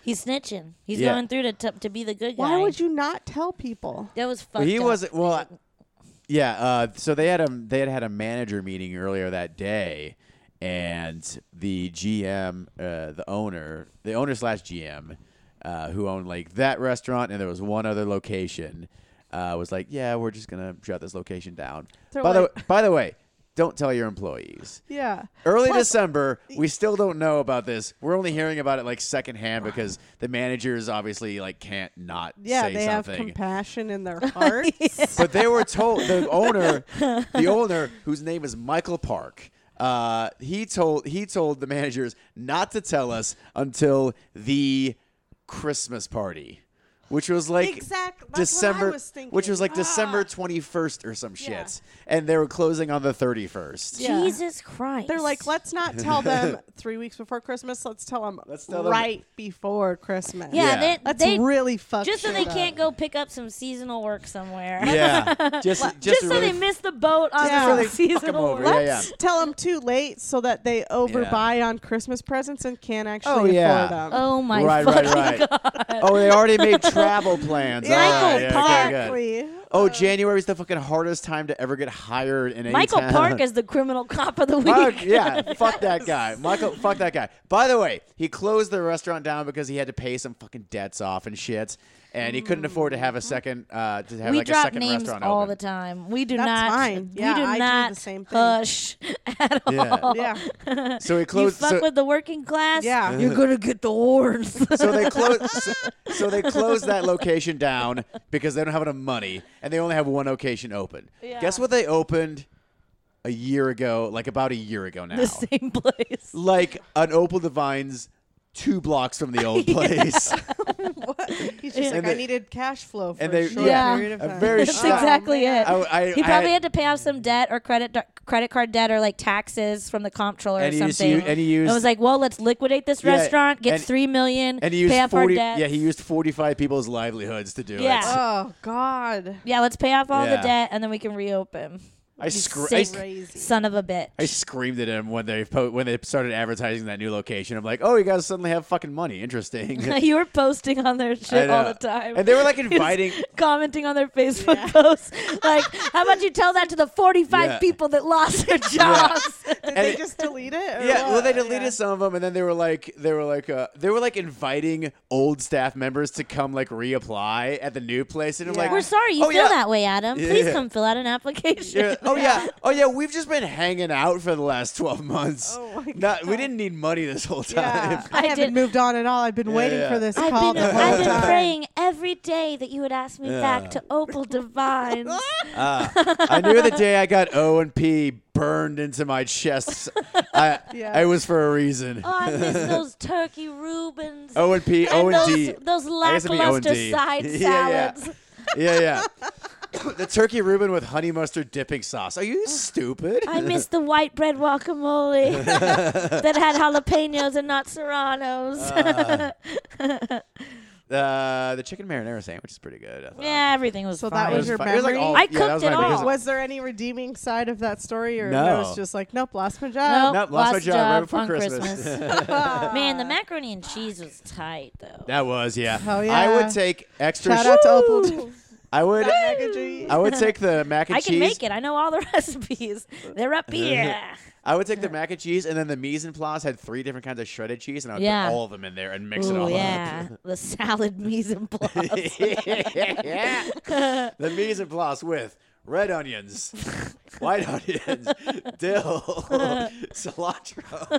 S4: He's snitching. He's
S3: Yeah.
S4: going through to t- to be the good guy.
S5: Why would you not tell people?
S4: That was fucked.
S3: Well, he
S4: up.
S3: wasn't. Well, I- yeah. Uh, so they had a they had had a manager meeting earlier that day, and the GM, uh, the owner, the owner slash GM, uh, who owned like that restaurant, and there was one other location, uh, was like, yeah, we're just gonna shut this location down.
S5: They're
S3: by
S5: like-
S3: the by the way, don't tell your employees.
S5: Yeah.
S3: Early
S5: Plus-
S3: December, we still don't know about this. We're only hearing about it like secondhand because the managers obviously like can't not
S5: Yeah,
S3: say
S5: they have
S3: something.
S5: compassion
S4: [laughs]
S5: in their hearts.
S3: But they were told
S5: [laughs]
S3: the owner, the owner whose name is Michael Park. Uh, he told he told the managers not to tell us until the Christmas party, which was like
S5: Exact- that's what I
S3: December,
S5: was thinking.
S3: which was like
S5: Ah.
S3: December twenty first or some shit, and they were closing on the thirty first.
S5: Yeah.
S4: Jesus Christ.
S5: They're like, let's not tell them
S3: [laughs]
S5: three weeks before Christmas. Let's tell them
S3: Let's tell them-
S5: right before Christmas.
S4: Yeah,
S3: Yeah.
S4: They,
S5: Let's
S4: they
S5: really fuck.
S4: just so
S5: shit
S4: they
S5: up.
S4: can't go pick up some seasonal work somewhere. [laughs]
S5: [laughs]
S3: Yeah, just just,
S4: Uh, just
S3: to
S4: so
S3: really
S4: they miss the boat on
S5: Yeah.
S4: some [laughs]
S5: Really
S3: fuck 'em
S4: seasonal
S3: over.
S4: work.
S3: Yeah,
S5: Let's [laughs] tell them too late so that they overbuy on Christmas presents and can't actually
S3: Oh, yeah.
S5: afford them.
S4: Oh my
S3: right,
S4: fucking
S3: right, right. Oh, they already made travel
S5: [laughs]
S3: plans. All right,
S4: Michael
S3: yeah, okay,
S4: Park.
S3: good.
S5: Exactly.
S4: Uh,
S3: Oh, January's the fucking hardest time to ever get hired in any
S4: Michael
S3: town.
S4: Park is the criminal cop of the
S3: [laughs]
S4: week. [laughs]
S3: Fuck, yeah, fuck that guy. Michael, fuck that guy. By the way, he closed the restaurant down because he had to pay some fucking debts off and shit, and he couldn't afford to have a second uh, to have
S4: Mm. we
S3: like a
S4: drop
S3: second
S4: names
S3: restaurant
S4: all
S3: open.
S4: the time. We do
S5: That's
S4: not.
S5: fine.
S4: we
S5: Yeah,
S4: do
S5: I do the
S4: not
S5: same thing.
S4: hush at all.
S3: Yeah.
S5: Yeah.
S3: So he
S4: You
S3: closed.
S4: fuck
S3: so,
S4: with the working class.
S5: Yeah.
S3: [laughs]
S4: you're gonna get the [laughs] wars.
S3: so they closed. So, so they closed that location down because they don't have enough money and they only have one location open.
S4: Yeah.
S3: Guess what they opened a year ago? Like about a year ago now.
S4: the same place.
S3: like an Opal Divines two blocks from the old place.
S5: What? [laughs] He's just
S3: And
S5: like, I
S3: they-
S5: needed cash flow for
S3: and
S5: a
S3: they-
S5: short
S4: yeah.
S5: period of
S3: A
S5: time.
S3: very
S4: That's
S3: Oh,
S4: exactly
S5: man.
S4: it.
S3: I- I-
S4: he probably
S3: I-
S4: had to pay off some debt or credit credit card debt or like taxes from the comptroller
S3: And
S4: or
S3: he used to
S4: something.
S3: u- and he used-
S4: was like, "Well, let's liquidate this
S3: Yeah,
S4: restaurant, get
S3: and-
S4: three million,
S3: And he used
S4: pay off
S3: forty.
S4: our debt.
S3: Yeah, he used forty-five people's livelihoods to do
S4: [laughs] Yeah.
S3: it.
S5: Oh God.
S4: Yeah, let's pay off all
S3: Yeah.
S4: the debt and then we can reopen."
S3: I, scr- I,
S4: Sick
S3: s-
S5: crazy.
S4: son of a bitch. [laughs]
S3: I screamed at him when they po- when they started advertising that new location. I'm like, oh, you guys suddenly have fucking money. Interesting.
S4: you were posting on their
S3: I
S4: shit all
S3: know.
S4: the time.
S3: And they were like
S4: He was
S3: inviting.
S4: commenting on their Facebook posts. Like, how about you tell that to the 45
S3: Yeah.
S4: people that lost their jobs?
S5: Did
S3: And
S5: they
S3: it-
S5: just delete it? or
S3: Yeah, well,
S5: what?
S3: they deleted some of them, and then they were like, they were like, uh, they were like inviting old staff members to come like reapply at the new place, and I'm like,
S5: Yeah.
S4: We're sorry you
S3: Oh,
S4: feel
S3: yeah.
S4: that way, Adam. Please
S3: Yeah.
S4: come fill out an application.
S3: Yeah. Oh yeah. Oh yeah. We've just been hanging out for the last twelve months.
S5: Oh, my
S3: Not, we didn't need money this whole time.
S5: Yeah.
S4: I
S5: I
S4: did-
S5: haven't moved on at all. I've been waiting
S3: yeah.
S5: for this
S4: I've
S5: call
S4: been,
S5: the whole
S4: I've been
S5: time.
S4: praying every every day that you would ask me back to Opal Oh, Divines.
S3: I knew the day I got O and P burned into my chest. I,
S5: Yeah.
S3: It was for a reason.
S4: Oh, I miss those turkey Rubens.
S3: O and P, Oh, O and
S4: and those,
S3: D.
S4: those
S3: I guess it'd be O and
S4: lackluster
S3: D. [laughs]
S4: side
S3: Yeah,
S4: salads.
S3: Yeah, yeah. [coughs] the turkey Reuben with honey mustard dipping sauce. Are you stupid?
S4: I miss the white
S3: [laughs]
S4: bread guacamole that had jalapenos and not serranos.
S3: uh, the chicken marinara sandwich is pretty good. I thought.
S4: [laughs] yeah, everything was
S5: So that
S4: fine.
S3: It
S5: was your
S3: fun. It was like
S5: memory?
S3: all-
S4: I
S3: yeah, that
S4: cooked
S3: was
S4: it
S3: my biggest-
S4: all.
S5: Was there any redeeming side of that story, or
S3: No.
S5: it was just like, nope, lost my job?
S3: Nope, lost my job right before
S4: on
S3: Christmas. [laughs]
S4: Man, the macaroni and cheese was tight though.
S3: That was yeah.
S5: Oh,
S3: I
S5: yeah.
S3: would take extra.
S5: Shout
S3: sh-
S5: out to Opal.
S3: I would.
S5: Packaging.
S3: I would take the mac and
S4: I
S3: cheese.
S4: can make it. I know all the [laughs] recipes. They're
S3: [laughs]
S4: up here.
S3: I would take the mac and cheese, and then the mise en place had three different kinds of shredded cheese, and I would
S4: Yeah.
S3: put all of them in there and mix it
S4: Ooh,
S3: all
S4: yeah, the salad [laughs] mise en
S3: [laughs]
S4: place.
S3: up. yeah. The mise en place with red
S4: [laughs]
S3: onions, white onions, dill, cilantro.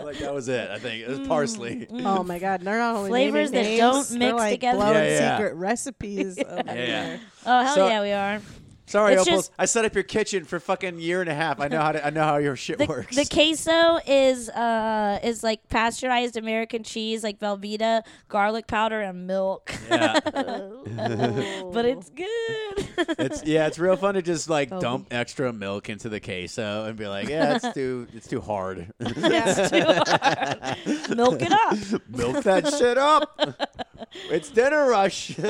S3: [laughs] like that was it. I think it
S4: Mm,
S3: was parsley.
S5: Oh my God! They're not only
S4: Flavors that
S5: naming
S4: don't
S5: names,
S4: mix
S5: they're like
S4: together.
S5: Blowing
S3: Yeah, yeah.
S4: [laughs]
S5: secret recipes. over
S3: Yeah.
S5: there.
S4: Oh hell
S3: So-
S4: yeah, we are.
S3: Sorry,
S4: It's
S3: Opals.
S4: just-
S3: I set up your kitchen for fucking year and a half. I know how to, I know how your shit
S4: The,
S3: works.
S4: the queso is uh is like pasteurized American cheese, like Velveeta, garlic powder, and milk.
S3: [laughs] yeah.
S4: but
S3: Oh.
S4: it's good. [laughs]
S3: It's yeah, it's real fun to just like
S4: Oh.
S3: dump extra milk into the queso and be like, yeah, it's
S4: [laughs]
S3: too it's too hard. [laughs]
S4: Milk it
S3: [laughs]
S4: up.
S3: Milk that shit
S4: [laughs]
S3: up. It's dinner rush. [laughs]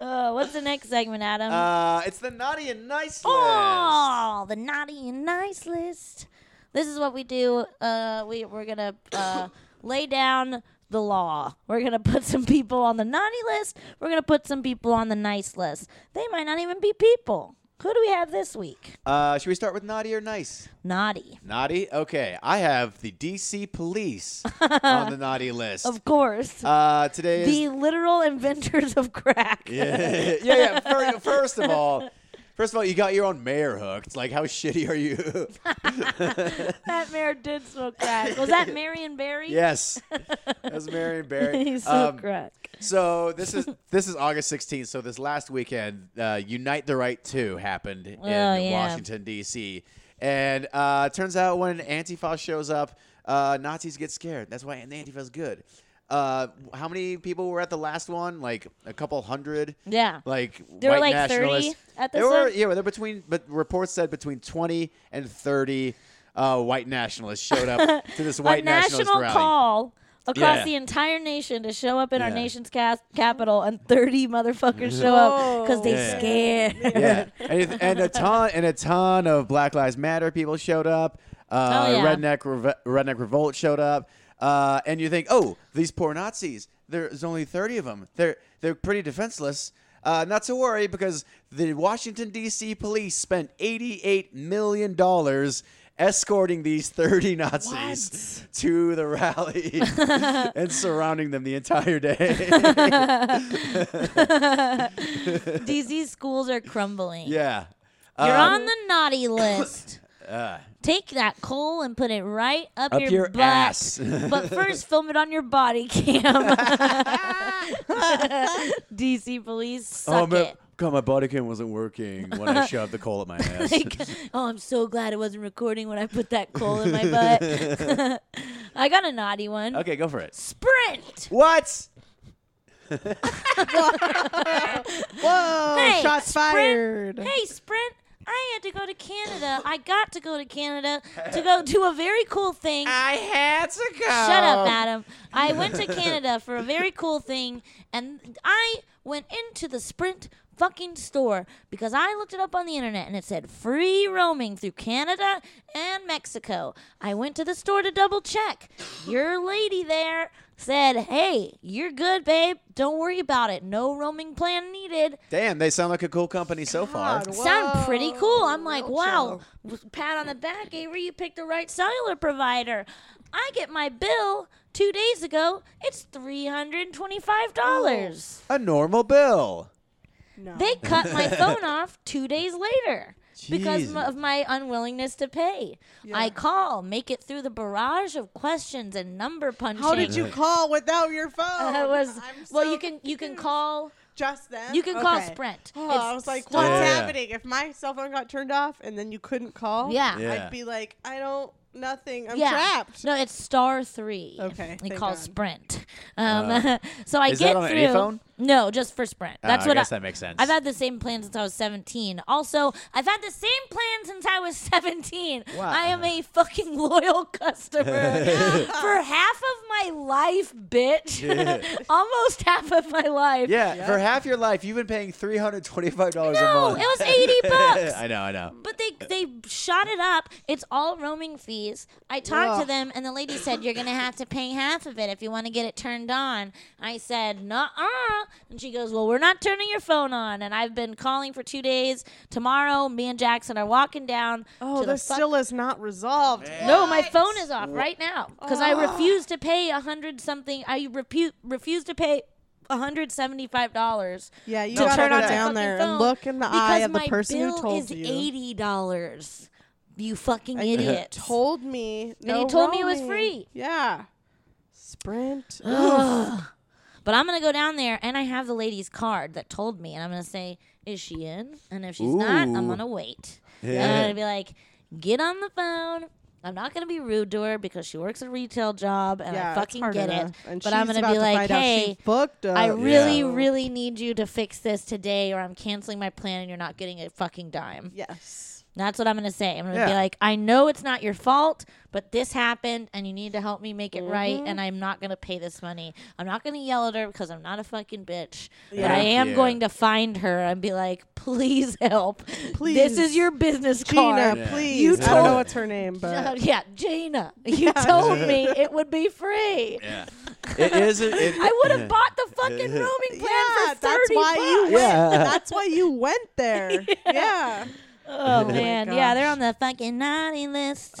S4: Uh, what's the next segment, Adam?
S3: Uh, it's the naughty and nice list.
S4: Oh, the naughty and nice list. This is what we do. Uh, we we're gonna
S3: [coughs]
S4: uh, lay down the law. We're gonna put some people on the naughty list. We're gonna put some people on the nice list. They might not even be people. Who do we have this week?
S3: Uh, should we start with naughty or nice?
S4: Naughty,
S3: Naughty. Okay, I have the DC
S4: [laughs]
S3: police on the naughty list.
S4: of course.
S3: Uh, today is
S4: the literal inventors of crack.
S3: [laughs] yeah, yeah, yeah. Fir- First of all, first of all, you got your own mayor hooked. Like, how shitty are you? [laughs]
S4: that mayor did smoke crack.
S3: [laughs]
S4: Was that Marion Barry?
S3: yes, that was Marion Barry.
S4: [laughs] He
S3: Um,
S4: smoked crack.
S3: so this
S4: [laughs]
S3: is this is August 16th. So this last weekend, uh, Unite the Right Two happened in
S4: Oh, yeah.
S3: Washington D.C. And uh, turns out when Antifa shows up, uh, Nazis get scared. That's why Antifa's good. Uh, how many people were at the last one? Like a couple hundred.
S4: Yeah.
S3: Like
S4: There were,
S3: white
S4: like, 30
S3: nationalists.
S4: at
S3: There
S4: this
S3: were
S4: one?
S3: yeah, they're between. But reports said between 20 and 30 uh, white nationalists showed
S4: [laughs]
S3: up to this white
S4: a
S3: nationalist
S4: national
S3: rally.
S4: call across
S3: Yeah.
S4: the entire nation to show up in our
S3: Yeah.
S4: nation's cas- capital, and 30 motherfuckers show up because they
S3: Yeah.
S4: scared.
S3: [laughs]
S4: [laughs]
S3: yeah, and, it- and a ton and a ton of Black Lives Matter people showed up. Uh,
S4: Oh, yeah.
S3: Redneck Reve- Redneck Revolt showed up, uh, and you think, oh, these poor Nazis. There's only thirty of them. They're they're pretty defenseless. Uh, not to worry because the Washington D.C. police spent eighty-eight million dollars escorting these thirty Nazis to the
S4: [laughs]
S3: rally [laughs] and surrounding them the entire day.
S4: [laughs] DC schools are crumbling.
S3: yeah,
S4: You're
S3: Um, Uh,
S4: on the
S3: [coughs]
S4: naughty list. Take that coal and put it right up,
S3: up
S4: your,
S3: your
S4: butt.
S3: ass. [laughs]
S4: but first, film it on your body cam. DC police suck
S3: oh, my,
S4: it.
S3: God, my body cam wasn't working when
S4: [laughs]
S3: I shoved the coal at my ass.
S4: like, oh, I'm so glad it wasn't recording when I put that coal in
S3: [laughs]
S4: my butt. [laughs] I got a naughty one.
S3: okay, go for it.
S4: Sprint.
S3: What?
S5: Whoa!
S4: Hey,
S5: shots
S4: Sprint.
S5: fired.
S4: Hey, Sprint. I had to go to Canada. I got to go to Canada to go do a very cool thing.
S3: I had to go.
S4: Shut up, Adam. I went to Canada for a very cool thing, and I went into the Sprint fucking store because I looked it up on the internet and it said free roaming through Canada and Mexico. I went to the store to double check. Your lady there said, Hey, you're good, babe. Don't worry about it. No roaming plan needed.
S3: Damn, they sound like a cool company so far.
S5: God,
S4: Sound pretty
S5: whoa.
S4: cool. I'm like, wow.
S5: Roadshow.
S4: Pat on the back, Avery. You picked the right cellular provider. I get my bill two days ago. It's three hundred twenty-five dollars.
S3: A normal bill.
S5: No. [laughs]
S4: They cut my phone off two days later. because m-
S3: Jesus.
S4: of my unwillingness to pay. I call, make it through the barrage of questions and number punching.
S5: How did
S4: [laughs]
S5: you call without your phone?
S4: Uh, it was
S5: I'm
S4: well.
S5: so
S4: You can you can
S5: confused.
S4: call
S5: just then.
S4: you can call
S5: Okay.
S4: Sprint.
S5: Oh,
S4: It's
S5: I was like,
S4: still-
S5: what's
S3: Yeah.
S5: happening? If my cell phone got turned off and then you couldn't call,
S4: Yeah.
S3: Yeah.
S5: I'd be like, I don't, nothing. I'm
S4: yeah.
S5: trapped.
S4: No, it's star three.
S5: Okay,
S4: we
S5: thank
S4: call
S5: God.
S4: Sprint. Um, [laughs] so I
S3: Uh, Is that
S4: get
S3: on an
S4: through.
S3: iPhone?
S4: No, just for Sprint.
S3: Uh,
S4: That's
S3: I
S4: what
S3: guess that makes sense.
S4: I've had the same plan since I was 17. Also, I've had the same plan since I was [laughs] 17.
S3: Wow.
S4: I am a fucking [laughs] loyal customer
S3: [laughs]
S4: for half of my life, bitch. [laughs] Almost half of my life.
S3: yeah, for half your life, you've been paying three hundred twenty-five dollars a
S4: No,
S3: month.
S4: it
S3: [laughs]
S4: was 80 bucks.
S3: I know, I know.
S4: But they they shot it up. It's all roaming fees. I talked to
S5: Ugh.
S4: them, and the lady said, "You're gonna have to pay half of it if you want to get it turned on." I said, "Nuh-uh," and she goes, "Well, we're not turning your phone on." And I've been calling for two days. Tomorrow, me and Jackson are walking down.
S5: Oh,
S4: to the
S5: this
S4: fuck-
S5: still is not resolved.
S4: no, my phone is off right now because I refuse to pay a hundred something. I repu- refuse to pay a hundred seventy five dollars.
S5: Yeah, you
S4: to
S5: gotta
S4: turn
S5: go
S4: on my fucking
S5: down there
S4: phone
S5: and look in the
S4: because
S5: eye of the
S4: my
S5: person
S4: bill
S5: who told
S4: is
S5: you.
S4: eighty dollars. You fucking
S5: And you
S4: idiot!
S5: Told me.
S4: he
S5: No
S4: told me it was
S5: roaming.
S4: free.
S5: Yeah.
S4: [gasps]
S5: Sprint.
S4: But I'm gonna go down there and I have the lady's card that told me, and I'm gonna say, "Is she in?" And if she's not, I'm
S3: Ooh.
S4: gonna wait. And I'm
S3: Yeah.
S4: gonna be like, "Get on the phone." I'm not gonna be rude to her because she works a retail job, and
S5: yeah,
S4: I
S5: it's
S4: fucking
S5: hard
S4: get
S5: enough.
S4: it.
S5: And
S4: but I'm
S5: she's
S4: gonna
S5: about
S4: be
S5: to
S4: like,
S5: find out she
S4: "Hey."
S5: fucked up.
S4: I really,
S3: Yeah.
S4: really need you to fix this today, or I'm canceling my plan and you're not getting a fucking dime.
S5: Yes.
S4: That's what I'm gonna say. I'm gonna be
S3: Yeah.
S4: like, I know it's not your fault, but this happened, and you need to help me make it right.
S5: Mm-hmm.
S4: And I'm not gonna pay this money. I'm not gonna yell at her because I'm not a fucking bitch. But I
S3: Yeah.
S4: am
S3: Yeah.
S4: going to find her and be like, please help. this is
S5: Please.
S4: your business
S5: Gina,
S4: card.
S3: Yeah.
S5: please.
S4: [laughs] You
S5: I don't
S4: told-
S5: know what's her name,
S4: Uh,
S5: but
S4: yeah, Gina, you told me it would be free.
S3: Yeah, it is. It, it,
S4: [laughs] I would have bought the fucking roaming plan
S5: yeah,
S4: for
S5: that's
S4: thirty
S5: why you
S4: bucks.
S5: went.
S3: Yeah.
S5: [laughs] That's why you went
S4: [laughs]
S5: there. yeah.
S4: Oh man, yeah,
S5: gosh.
S4: they're on the fucking naughty list.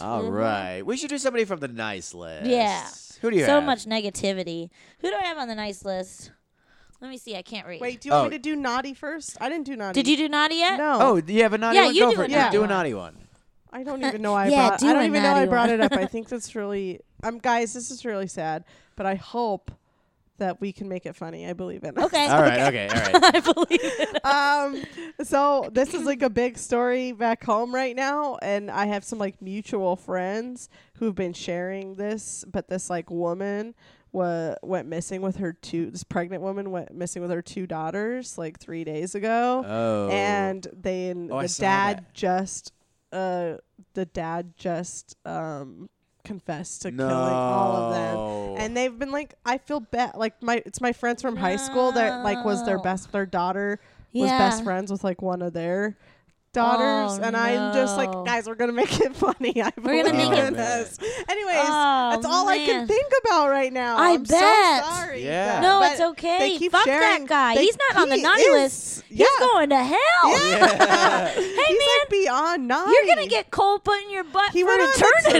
S3: [laughs] All
S4: Mhm.
S3: right, we should do somebody from the nice list.
S4: Yeah.
S3: Who do you
S4: so
S3: have?
S4: much negativity. Who do I have on the nice list? Let me see. I can't read.
S5: Wait, do you want
S3: Oh.
S5: me to do naughty first? I didn't do naughty.
S4: Did you do naughty yet?
S5: No.
S3: Oh, do you have a naughty
S4: Yeah,
S3: one?
S4: you
S3: Go
S4: do
S3: for
S4: a
S3: it.
S5: naughty
S3: do a
S4: one.
S3: naughty one.
S4: [laughs]
S5: I don't even know I
S4: Yeah,
S5: brought.
S4: do
S5: I don't
S4: a
S5: even know I
S4: naughty
S5: brought
S4: one.
S5: it up. I think that's really. Um, guys, this is really sad, but I hope that we can make it funny. I believe in. us.
S4: Okay.
S3: All right. Okay. All right.
S4: [laughs] I believe it.
S5: um, so this is like a big story back home right now, and I have some like mutual friends who've been sharing this, but this like woman wa- went missing with her two this pregnant woman went missing with her two daughters like three days ago
S3: Oh.
S5: and then
S3: Oh, I
S5: the
S3: saw
S5: dad
S3: that.
S5: just uh the dad just um confessed to
S3: no.
S5: killing all of them and they've been like i feel bad like my it's my friends from high school that like was their
S4: No.
S5: best their daughter was
S4: Yeah.
S5: best friends with like one of their daughters
S4: Oh,
S5: and i'm just like
S4: no.
S5: guys we're gonna make it funny [laughs] i
S4: We're gonna
S5: believe
S4: make
S5: in
S4: it-
S5: this anyways
S4: Oh,
S5: that's all i
S4: man.
S5: can think about right now
S4: I
S5: I'm
S4: bet.
S5: so sorry
S3: Yeah.
S5: [laughs] but-
S4: No,
S5: but
S4: it's okay.
S5: they keep
S4: Fuck that
S5: sharing-
S4: guy.
S5: they-
S4: He's not on the
S5: he
S4: naughty
S5: is-
S4: list.
S5: yeah.
S4: He's going to hell.
S5: Yeah. hey He's
S4: man,
S5: like beyond
S4: [laughs]
S5: 9
S4: You're gonna get cold put in your butt
S5: he
S4: for
S5: went
S4: an
S5: on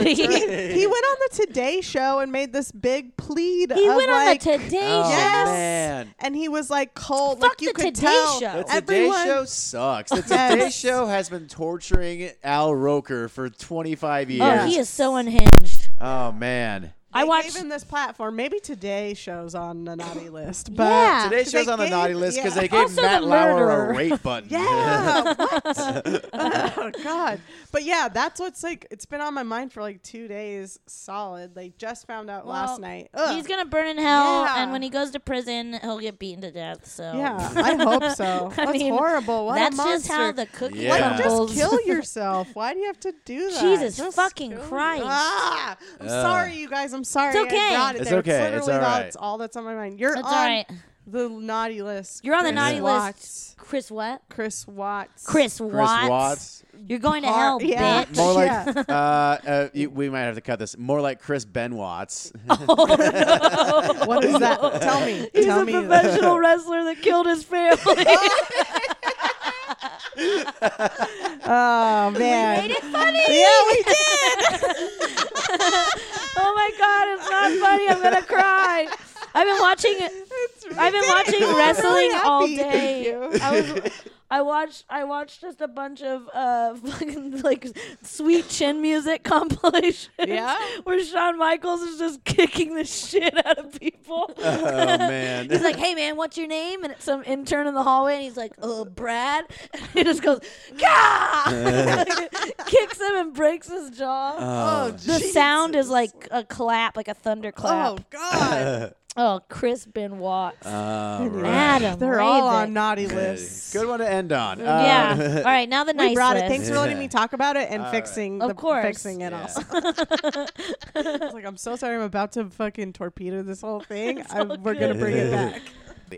S5: the-
S4: eternity.
S5: he, he went on the Today Show and made this big plead.
S4: [laughs] he
S5: of
S4: went on
S5: like,
S4: the Today
S3: Oh,
S5: Yes.
S3: man.
S5: and he was like cold.
S4: Fuck
S5: like you
S4: the
S5: could
S4: Today
S5: tell
S4: Show.
S3: The
S4: That's
S5: everyone.
S3: Today Show sucks.
S5: [laughs]
S3: The
S5: Yes.
S3: Today Show has been torturing Al Roker for 25 years.
S4: Show. Oh, he is so unhinged.
S3: Oh, man.
S5: They
S4: I watched.
S5: gave him this platform. Maybe Today Show's on the
S4: [gasps]
S5: naughty list, but
S4: Yeah.
S3: Today
S5: They
S3: Show's on the
S5: gave-
S3: naughty list because
S5: yeah.
S3: they gave
S4: Also
S3: Matt
S4: the
S3: Lauer
S4: murderer.
S3: a rape button. [laughs]
S5: Yeah. what? oh God. But yeah, that's what's like. It's been on my mind for like two days solid. They just found out last
S4: Well,
S5: night. Ugh.
S4: He's gonna burn in hell,
S5: Yeah.
S4: and when he goes to prison, he'll get beaten to death. So
S5: yeah, I hope so.
S4: [laughs] I
S5: That's
S4: mean,
S5: horrible. What
S4: that's
S5: a
S4: just
S5: monster.
S4: how the cookie
S3: What,
S5: Like,
S3: Yeah.
S5: just
S4: crumbles.
S5: kill yourself. Why do you have to do
S4: [laughs]
S5: that?
S4: Jesus
S5: Just
S4: fucking
S5: kill-
S4: Christ.
S5: Ah, I'm
S3: Ugh.
S5: sorry, you guys. I'm sorry.
S4: It's okay.
S5: I brought it
S3: It's
S5: there.
S3: okay. It's
S5: It's literally
S3: all
S5: all,
S3: right.
S5: it's all that's on my mind. You're
S4: That's
S5: on
S4: all right.
S5: the naughty list.
S4: You're on the
S5: Chris
S4: naughty
S5: Watts.
S4: list. Chris what?
S5: Chris Watts.
S4: Chris Watts.
S3: Chris Watts.
S4: You're going to
S5: Par-
S4: hell,
S5: yeah.
S4: bitch.
S3: More
S4: [laughs]
S3: like,
S5: Yeah.
S3: uh, uh, you, we might have to cut this. More like Chris Ben
S5: [laughs]
S3: Watts.
S5: What is that? Tell me.
S4: [laughs] He's
S5: Tell
S4: a
S5: me. [laughs]
S4: professional wrestler that killed his family. [laughs]
S5: Oh man.
S4: Made it funny.
S5: Yeah,
S4: [laughs]
S5: we did.
S4: Oh my god, it's not funny. I'm gonna cry. I've been watching. I've been watching [laughs]
S5: I'm [laughs] really
S4: wrestling all
S5: happy. Thank
S4: day.
S5: you.
S4: I was I watched I watched just a bunch of uh [laughs] fucking like sweet chin music [laughs] compilations.
S5: Yeah?
S4: where Shawn Michaels is just kicking the shit out of people.
S3: Oh, man.
S4: [laughs] he's like, "Hey man, what's your name?" And it's some intern in the hallway, and he's like, "Uh, Brad." [laughs] And he just goes, "Gah!" [laughs] kicks him and breaks his jaw.
S5: [laughs] Oh,
S4: the sound is like a clap, like a thunderclap.
S5: Oh God.
S4: [laughs] Oh, Chris Benoit.
S3: All Ah, right.
S4: Adam.
S5: They're all
S4: Ravik.
S5: on naughty
S3: Hey,
S5: lists.
S3: Good one to end on. Uh,
S4: yeah. all
S3: [laughs]
S4: right, now the
S5: We
S4: nice
S5: brought it.
S4: list.
S5: Thanks for letting me talk about it and fixing
S4: Of
S5: the
S4: course.
S5: fixing it
S3: Yeah. [laughs]
S5: also. [laughs] I was like, I'm so sorry. I'm about to fucking torpedo this [laughs] whole thing. I,
S4: all
S5: we're gonna bring
S3: [laughs]
S5: it back.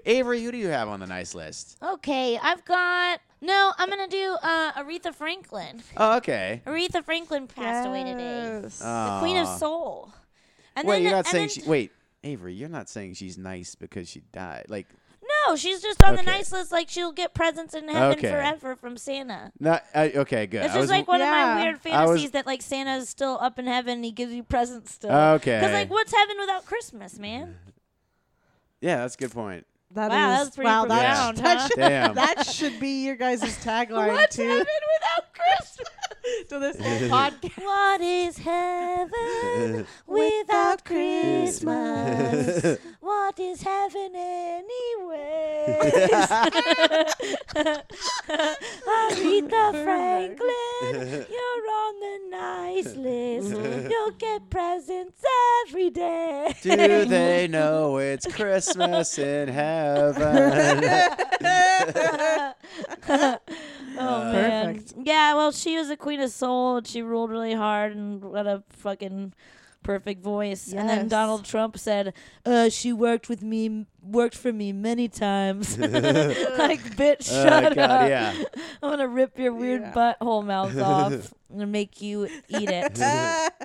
S3: Avery, who do you have on the nice list?
S4: Okay, I've got. No, I'm gonna do uh, Aretha Franklin.
S3: Oh, okay.
S4: Aretha Franklin passed away today,
S5: Yes.
S4: the Queen of
S3: Aw.
S4: Soul. And
S3: Ah. Wait,
S4: then,
S3: you're not
S4: and
S3: saying
S4: then-
S3: she. Wait, Avery, you're not saying she's nice because she died. Like,
S4: No, she's just on
S3: Okay.
S4: the nice list. Like she'll get presents in heaven
S3: Okay.
S4: forever from Santa.
S3: not. I okay, good.
S4: It's
S3: I
S4: just
S3: was-
S4: like one of
S5: Yeah.
S4: my weird
S3: I was-
S4: fantasies that like Santa's still up in heaven and he gives you presents still.
S3: Oh, Okay.
S4: Because like, what's heaven without Christmas, man?
S3: yeah, that's a good
S4: [laughs]
S3: point.
S5: That
S4: Wow,
S5: is-
S4: that's pretty
S5: wow, that-
S4: profound,
S5: [laughs] that,
S4: huh?
S5: should,
S3: Damn.
S5: that should be your [laughs] guys' tagline
S4: What's
S5: too.
S4: heaven without Christmas? [laughs]
S5: to this podcast.
S4: What is heaven without
S5: Without
S4: Christmas?
S5: Christmas.
S4: What is heaven anyway? Aretha Franklin, you're on the nice list. You'll get presents every day.
S3: Do they know it's Christmas in
S4: [laughs]
S3: heaven?
S4: Oh man.
S5: Perfect.
S4: Yeah, well, she was the queen of soul. And she ruled really hard and what a fucking perfect voice. And then
S5: Yes.
S4: Donald Trump said, uh, "She worked with me, worked for me
S3: [laughs]
S4: many times." [laughs]
S5: [laughs]
S4: like, bitch,
S3: Oh,
S4: shut
S3: God,
S4: up.
S3: yeah.
S4: I'm gonna rip your weird
S3: [laughs]
S4: butthole mouth off and make you eat it.
S5: [laughs]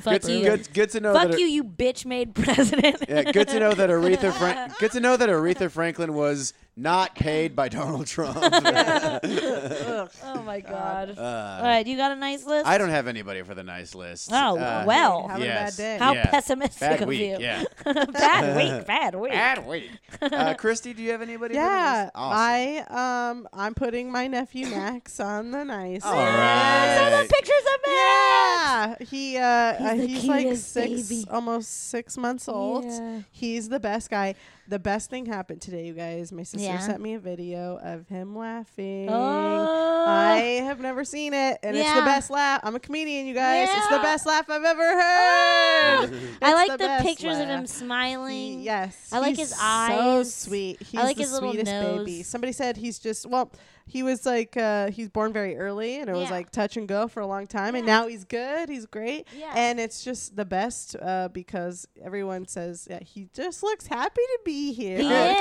S4: Fuck
S3: good,
S4: you.
S3: good, good to know
S4: Fuck
S3: that.
S4: you, you bitch made [laughs] president.
S3: Yeah, good to know that Aretha.
S4: [laughs]
S3: Fran- good to know that Aretha Franklin was not paid by Donald
S4: [laughs]
S3: Trump.
S4: oh [laughs] my god. All right, you got a nice list.
S3: I don't have anybody for the nice list.
S4: Oh
S3: Uh, [laughs]
S4: well.
S5: Having
S3: yes.
S5: a bad day.
S4: How
S3: Yeah.
S4: pessimistic
S3: Bad
S4: of
S3: week,
S4: you.
S3: yeah.
S4: [laughs]
S3: [laughs]
S4: bad week, bad week.
S3: Bad week. Uh, Christy, do you have anybody?
S5: yeah,
S3: For the nice? Awesome.
S5: I um, I'm putting my nephew Max on the nice.
S3: All
S5: list.
S3: right.
S4: So the pictures of me.
S5: Yeah, he uh, he's, uh,
S4: the
S5: he's like
S4: cutest
S5: six,
S4: baby.
S5: almost six months old.
S4: Yeah.
S5: He's the best guy. The best thing happened today, you guys. My sister
S4: Yeah.
S5: sent me a video of him laughing.
S4: Oh.
S5: I have never seen it, and it's the
S4: Yeah.
S5: best laugh. I'm a comedian, you guys. It's the
S4: Yeah.
S5: best laugh I've ever heard.
S4: I
S5: It's
S4: like
S5: the
S4: the,
S5: best
S4: pictures of him
S5: laugh.
S4: smiling.
S5: He- yes,
S4: I like his
S5: he's So
S4: eyes.
S5: sweet. He's
S4: like
S5: the
S4: his little
S5: sweetest baby.
S4: nose.
S5: Somebody said he's just well. He was like uh, he's born very early, and it was
S4: Yeah.
S5: like touch and go for a long time, and
S4: Yeah.
S5: now he's good. He's great,
S4: Yeah.
S5: and it's just the best uh, because everyone says yeah, he just looks happy to be here.
S4: He
S5: Yeah,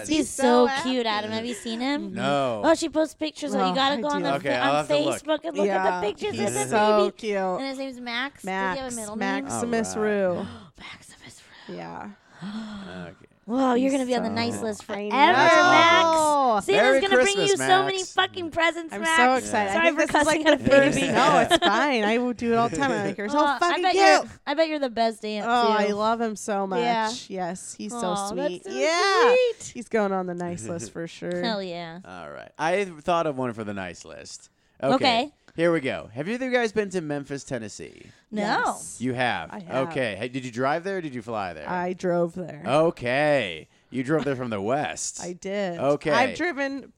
S3: is.
S5: He is.
S4: He's, so,
S5: so happy.
S4: cute, Adam. Have you seen him?
S3: No.
S4: Oh, she posts pictures. Oh, you
S5: Oh,
S4: gotta
S5: I
S4: go on
S5: do.
S4: the
S3: Okay,
S4: fa-
S3: I'll
S4: on
S3: have to look.
S4: Facebook and look at
S5: Yeah.
S4: the pictures
S5: He's
S4: of the
S5: so
S4: baby.
S5: cute.
S4: And his name's Max. Does he have a
S5: Max,
S4: middle name? Oh,
S5: Maximus
S3: All
S5: Rue.
S4: Maximus.
S5: Yeah,
S3: Okay.
S4: Wow, you're gonna be on the
S5: So-
S4: nice list
S5: I
S4: forever,
S5: know.
S4: Max.
S3: Merry
S4: Santa's gonna bring
S3: Christmas,
S4: you so many
S3: Max.
S4: fucking presents,
S5: I'm
S4: Max.
S5: so excited. I
S4: Sorry
S5: think
S4: for
S5: this is
S4: cussing
S5: like
S4: at a
S5: the first-
S4: baby.
S5: No,
S4: [laughs]
S5: it's fine. I will do it all the time. I like her. So
S4: Aw, I
S5: fucking
S4: bet
S5: cute.
S4: you're. I bet you're the best aunt
S5: Oh,
S4: too.
S5: I love him so much.
S4: Yeah.
S5: Yes, he's
S4: Aw,
S5: so
S4: that's
S5: sweet.
S4: so
S5: yeah,
S4: sweet.
S5: he's going on the nice
S3: [laughs]
S5: list for sure.
S4: Hell yeah.
S3: All right. I thought of one for the nice list. Okay.
S4: Okay.
S3: Here we go. Have either of you guys been to Memphis, Tennessee?
S4: No.
S5: Yes.
S3: You have.
S5: I have.
S3: Okay. Hey, did you drive there or did you fly
S4: Oh.
S3: there?
S5: I drove there.
S3: Oh. Okay. You drove there from the west.
S5: I did.
S3: Okay.
S5: I've driven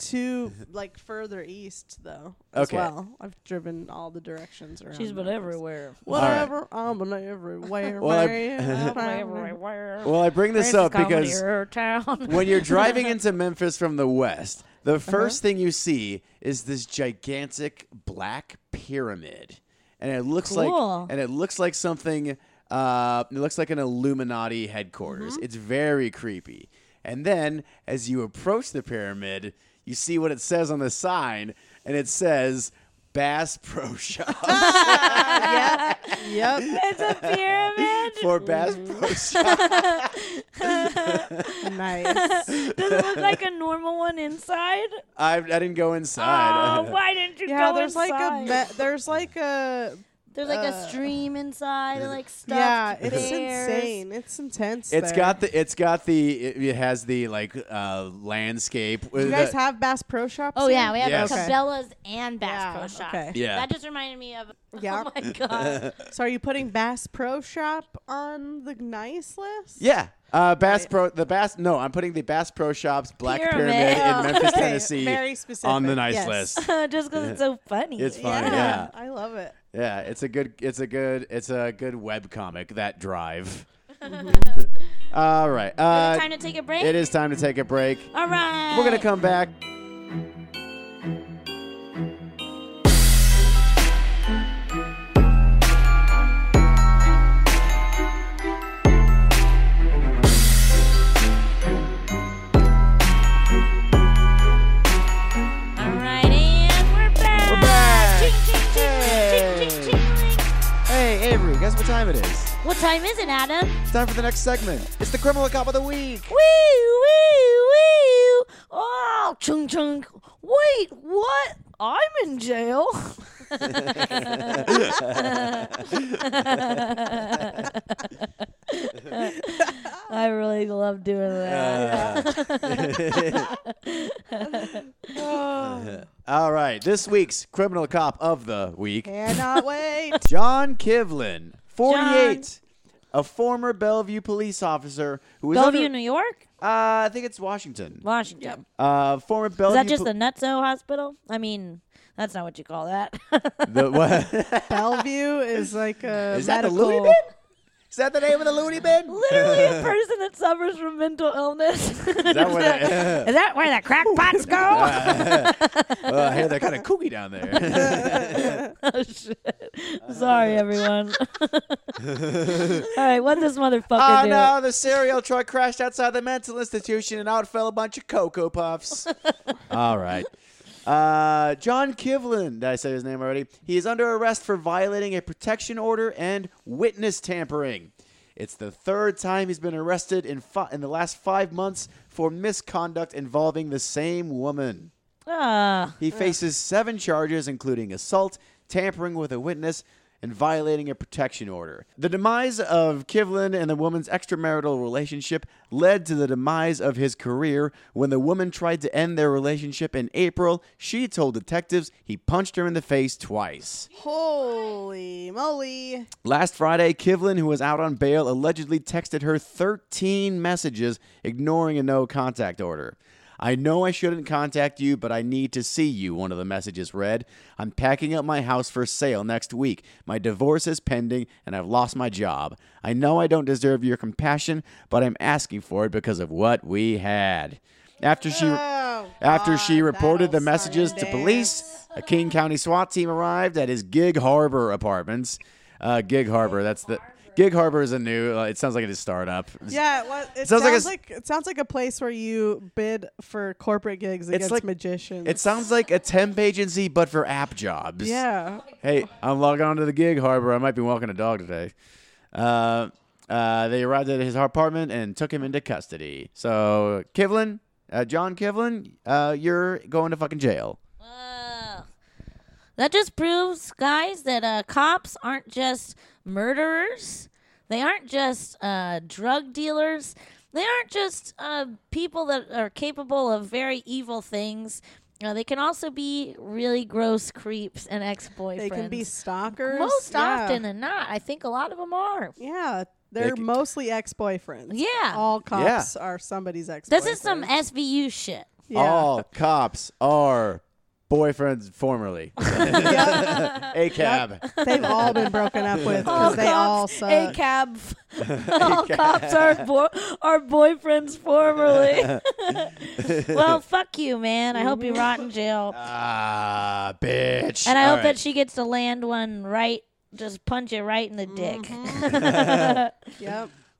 S5: to like further east though as
S3: Okay.
S5: well. I've driven all the directions around.
S4: She's been
S5: Memphis.
S4: everywhere.
S5: Whatever. I'm been everywhere.
S3: Well, I- [laughs]
S5: man.
S3: well, I bring this up because
S4: town.
S3: when you're driving into Memphis from the west, the
S4: Uh-huh.
S3: 1st thing you see is this gigantic black pyramid, and it looks
S4: Cool.
S3: like and it looks like something. Uh, it looks like an Illuminati headquarters.
S4: Uh-huh.
S3: It's very creepy. And then, as you approach the pyramid, you see what it says on the sign, and it says Bass Pro Shop
S4: [laughs]
S3: [laughs]
S5: yep.
S4: [laughs] it's a pyramid.
S3: for Bass Pro
S4: [laughs]
S3: Shop.
S5: nice.
S4: Does it look like a normal one inside?
S3: [laughs] I, I didn't go
S4: Oh,
S3: inside. [laughs]
S4: why didn't you
S5: Yeah,
S4: go
S5: there's
S4: inside?
S5: like a me- there's like a
S4: There's like a stream inside, and, like stuff.
S5: Uh. yeah, it's insane. It's intense.
S3: It's
S5: there.
S3: got the it's got the it, it has the like uh landscape.
S5: Do you guys have Bass Pro Shops?
S4: Oh
S5: here?
S4: yeah, we have
S3: Yes.
S5: Okay.
S4: Cabela's and Bass
S5: Yeah,
S4: Pro Shop.
S5: okay.
S3: Yeah. Uh,
S4: that just reminded me of. [laughs]
S5: Yeah. [laughs]
S4: Oh my god.
S5: So are you putting Bass Pro Shop on the nice list?
S3: yeah. Uh, Bass Pro, the Bass. No, I'm putting the Bass Pro Shops Black Pyramid,
S4: Pyramid.
S3: in
S5: Oh,
S3: Memphis,
S5: okay.
S3: Tennessee,
S5: Very specific.
S3: on the nice
S5: Yes.
S3: list.
S4: [laughs] just because it's so funny.
S3: It's fun, yeah.
S5: I love it.
S3: Yeah, it's a good, it's a good, it's a good web comic. That drive.
S5: Mm-hmm.
S3: [laughs] All right. Uh,
S4: Time to take a break.
S3: it is time to take a break.
S4: All right.
S3: We're gonna come back.
S4: All right, and we're back.
S3: We're back.
S4: Ching, ching, ching, ching, ching, ching, ching.
S3: Hey Avery, guess what time it is?
S4: What time is it, Adam?
S3: It's time for the next segment. It's the criminal cop of the week.
S4: Woo, woo, woo. Oh, chung chung. Wait, what? I'm
S3: [laughs]
S4: in jail. [laughs] I really love doing
S3: Uh,
S4: that.
S3: All right, this week's criminal cop of the week.
S5: Cannot [laughs] wait.
S3: John Kivlin, 48, a former Bellevue police officer who was
S4: Bellevue,
S3: under-
S4: New York,
S3: uh, I think it's Washington.
S4: Washington.
S3: Uh, former
S4: Is
S3: Bellevue.
S4: that just
S3: po-
S4: the Nutso Hospital? I mean, that's not what you call that.
S3: the
S4: [laughs]
S3: what? [laughs]
S5: Bellevue is like a
S3: Is that the
S5: medical.
S3: loony bin? Is that the name of the loony
S4: [laughs]
S3: bin? [laughs]
S4: Literally a person that suffers from mental illness. [laughs] Is
S3: that where the-
S4: [laughs] is that where the
S3: [laughs]
S4: crackpots go?
S3: Oh, I hear they're kind of kooky down
S4: [laughs]
S3: there.
S4: oh, shit.
S3: Uh,
S4: Sorry,
S3: [laughs]
S4: everyone. [laughs] All right, what this motherfucker
S3: oh
S4: do?
S3: no, the cereal truck crashed outside the mental institution and out fell a bunch of Cocoa Puffs. All right. Uh, John Kivlin, did I say his name already? He is under arrest for violating a protection order and witness tampering. It's the third time he's been arrested in, fi- in the last five months for misconduct involving the same woman.
S4: Ah,
S3: He faces seven charges, including assault, tampering with a witness, and violating a protection order. The demise of Kivlin and the woman's extramarital relationship led to the demise of his career. When the woman tried to end their relationship in April, she told detectives he punched her in the face twice.
S5: Holy moly!
S3: Last Friday, Kivlin, who was out on bail, allegedly texted her 13 messages, ignoring a no contact order. I know I shouldn't contact you, but I need to see you, one of the messages read. I'm packing up my house for sale next week. My divorce is pending, and I've lost my job. I know I don't deserve your compassion, but I'm asking for it because of what we had. After she.
S5: Oh,
S3: After she
S5: God,
S3: reported the
S5: that'll
S3: messages
S5: start
S3: to
S5: a
S3: police, a King County SWAT team arrived at his Gig Harbor apartments. Uh, Gig Harbor, that's the Gig Harbor is a new. Uh, it sounds like it is startup.
S5: dance. Yeah, it, was, it
S3: Sounds
S5: sounds,
S3: like a s-
S5: like, it sounds like a place where you bid for corporate gigs against
S3: like-
S5: magicians.
S3: It sounds like a temp agency, but for app jobs.
S5: yeah.
S3: Hey, I'm logging on to the Gig Harbor. I might be walking a dog today. Uh, uh, they arrived at his apartment and took him into custody. So Kivlin, uh, John Kivlin, uh, you're going to fucking jail.
S4: Ugh. That just proves, guys, that uh, cops aren't just murderers. They aren't just uh, drug dealers. They aren't just uh, people that are capable of very evil things. Uh, they can also be really gross creeps and ex boyfriends.
S5: They can be stalkers.
S4: Most
S5: yeah.
S4: often than not. I think a lot of them are.
S5: Yeah, they're
S3: c-
S5: mostly ex-boyfriends.
S4: Yeah.
S5: all cops are somebody's ex.
S4: This is some
S3: [laughs]
S4: SVU shit.
S5: Yeah.
S3: All cops are boyfriends
S4: [laughs]
S3: formerly. [laughs] A cab.
S5: They've all been
S3: [laughs]
S5: broken up with because they all suck.
S4: A cab. all cops are bo- are
S3: [laughs]
S4: boyfriends formerly. well, fuck you, man. I hope you
S5: Mm-hmm.
S4: rot
S3: [laughs]
S4: in jail,
S3: Ah, bitch.
S4: and I
S3: All
S4: hope
S3: right.
S4: that she gets to land one right. Just punch it right in the dick.
S5: Mm-hmm. Yep.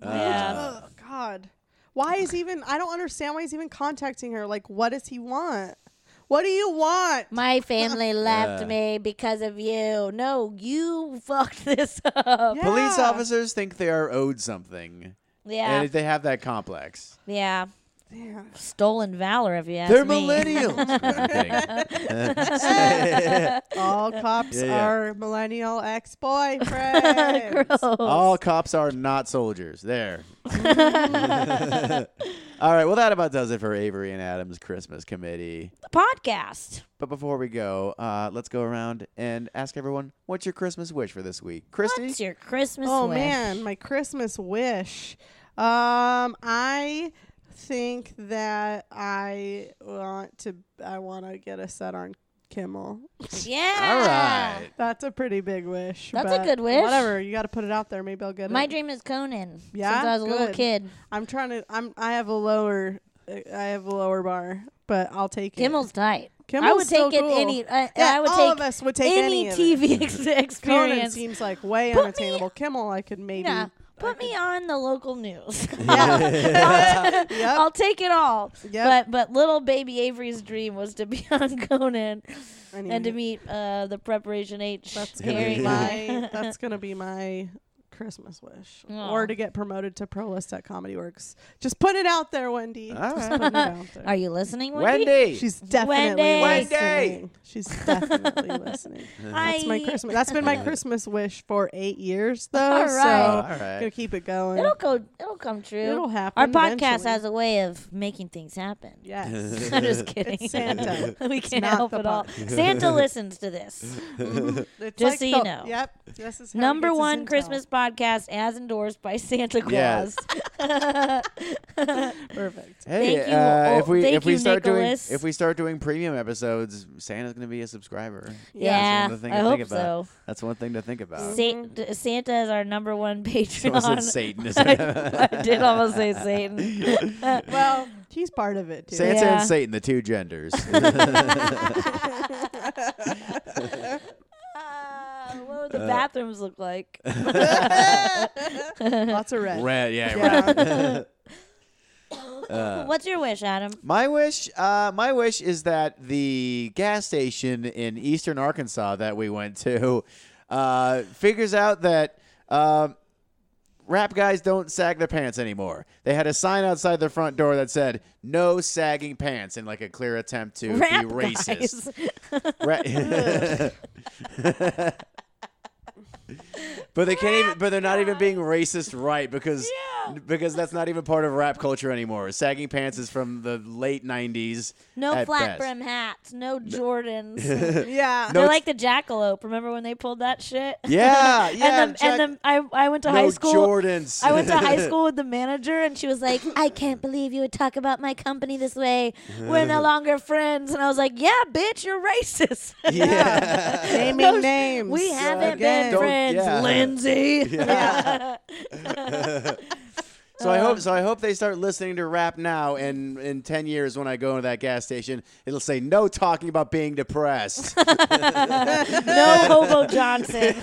S3: Uh,
S4: yeah.
S5: Oh God. Why is even? I don't understand why he's even contacting her. Like, what does he want? What do you want?
S4: My
S3: [laughs]
S4: family left me because of you. No, you fucked [laughs] this up. Yeah.
S3: Police
S5: Yeah.
S3: officers think they are owed something,
S4: Yeah.
S3: and they have that complex.
S4: yeah.
S5: Yeah.
S4: Stolen valor, if you ask
S3: They're
S4: me.
S3: millennials. I'm
S4: [laughs]
S3: kidding.
S5: All cops
S3: Yeah, yeah.
S5: are
S4: [laughs]
S5: millennial ex boyfriends.
S3: All cops are not soldiers. There. [laughs] All right. Well, that about does it for Avery and Adam's Christmas committee.
S4: Podcast.
S3: But before we go, uh, let's go around and ask everyone what's your Christmas wish for this week? Christy?
S4: What's your Christmas
S5: oh
S4: wish?
S5: man, my Christmas wish. Um, I think that I want to. I want to get a set on
S3: All
S5: Kimmel.
S4: Yeah.
S3: right.
S5: That's a pretty big wish.
S4: That's a
S5: but
S4: good wish.
S5: Whatever, you got to put it out there. Maybe I'll get
S4: My
S5: it.
S4: dream is Conan.
S5: Yeah?
S4: Since I was a little
S5: Good.
S4: kid.
S5: I'm trying to. I'm. I have a lower. I have a lower bar, but I'll take
S4: Kimmel's
S5: it.
S4: tight. I
S5: Kimmel's
S4: would
S5: so
S4: take it
S5: cool.
S4: any. I,
S5: Yeah,
S4: I would
S5: all
S4: take,
S5: of us would take
S4: any,
S5: any of it.
S4: TV ex-
S5: Conan
S4: experience.
S5: seems like way
S4: Put me-
S5: unattainable. Kimmel, I could maybe. [laughs]
S4: yeah. Put me on the local news. [laughs]
S5: Yep.
S4: I'll take it all.
S5: Yep.
S4: But but little baby Avery's dream was to be [laughs] on Conan
S5: I mean,
S4: and to meet uh, the Preparation H.
S5: That's gonna
S4: Harry
S5: be
S4: [laughs]
S5: my. That's gonna be my Christmas wish,
S4: Aw.
S5: or to get promoted to pro list at Comedy Works. Just put it out there, Wendy.
S3: All
S5: Just
S3: right.
S5: put it out
S4: [laughs]
S5: there.
S4: Are you listening, Wendy?
S3: Wendy.
S5: She's definitely
S4: Wendy!
S5: listening.
S4: [laughs]
S5: She's definitely listening. That's my
S4: Hi.
S5: Christmas. That's been my Christmas wish for eight years, though.
S4: All
S5: So
S4: right.
S3: Oh, All right.
S5: gonna keep it going.
S4: It'll go. It'll come true.
S5: It'll happen
S4: Our podcast
S5: eventually.
S4: has a way of making things happen.
S5: [laughs]
S4: [laughs]
S5: yes.
S4: I'm just kidding.
S5: Santa.
S4: we can't
S5: not
S4: help
S5: the
S4: it all.
S5: [laughs]
S4: Santa listens to this.
S5: It's
S4: Just
S5: like
S4: so you
S5: the-
S4: know.
S5: Yep. This is how he
S4: Number
S5: gets his
S4: one
S5: intel.
S4: Christmas podcast as endorsed by Santa Claus. [laughs]
S5: [laughs]
S3: Yes. [laughs]
S5: Perfect.
S3: Hey,
S4: Thank you,
S3: uh,
S4: oh,
S3: if we
S4: thank
S3: if we
S4: you,
S3: start
S4: Nicholas.
S3: doing if we start doing premium episodes, Santa's gonna be a subscriber.
S4: yeah,
S3: That's one thing
S4: I
S3: to
S4: hope
S3: think about.
S4: so.
S3: That's one thing to think about.
S4: Sa- d- Santa is our number one
S3: Someone said
S4: Patreon.
S3: Satan
S4: [laughs]
S3: is
S4: I, I did
S3: [laughs]
S4: almost say Satan.
S5: Well, he's part of it too.
S3: Santa
S4: Yeah.
S3: and Satan, the two
S4: [laughs]
S3: genders.
S4: Uh, what would the bathrooms
S3: [laughs]
S4: look like?
S5: Lots of red.
S3: Red, yeah.
S5: Yeah.
S3: red.
S4: What's your wish, Adam?
S3: my wish, uh, my wish is that the gas station in eastern Arkansas that we went to [laughs] uh, figures out that. Um, Rap guys don't sag their pants anymore. They had a sign outside their front door that said "No sagging pants" in like a clear attempt to
S4: Rap
S3: be racist. Ra-
S4: guys.
S3: but they can't even. But they're not even being racist, right? Because because that's not even part of rap culture anymore. Sagging pants is from the late '90s.
S4: No
S3: at
S4: flat
S3: best.
S4: brim hats.
S3: [laughs]
S4: No Jordans.
S5: Yeah.
S3: No,
S4: They're
S3: it's-
S4: like the jackalope. Remember when they pulled that shit?
S3: Yeah, yeah.
S4: [laughs] and the, and the, I, I went to
S3: no
S4: high school.
S3: Jordans.
S4: I
S3: [laughs]
S4: went to high school with the manager, and she was like, "I can't believe you would talk about my company this way. We're
S3: [laughs]
S4: no longer friends." And I was like, "Yeah, bitch, you're racist. [laughs]
S3: yeah.
S5: Naming
S4: No, sh-
S5: names.
S4: we haven't
S5: again.
S4: been
S3: Don't-
S4: friends,
S3: yeah.
S4: Lindsay."
S5: Yeah.
S3: So I hope so. I hope they start listening to rap now, and in ten years, when I go into that gas station, it'll say no talking about being
S4: [laughs]
S3: depressed.
S4: [laughs] no,
S3: [laughs]
S4: Hobo Johnson.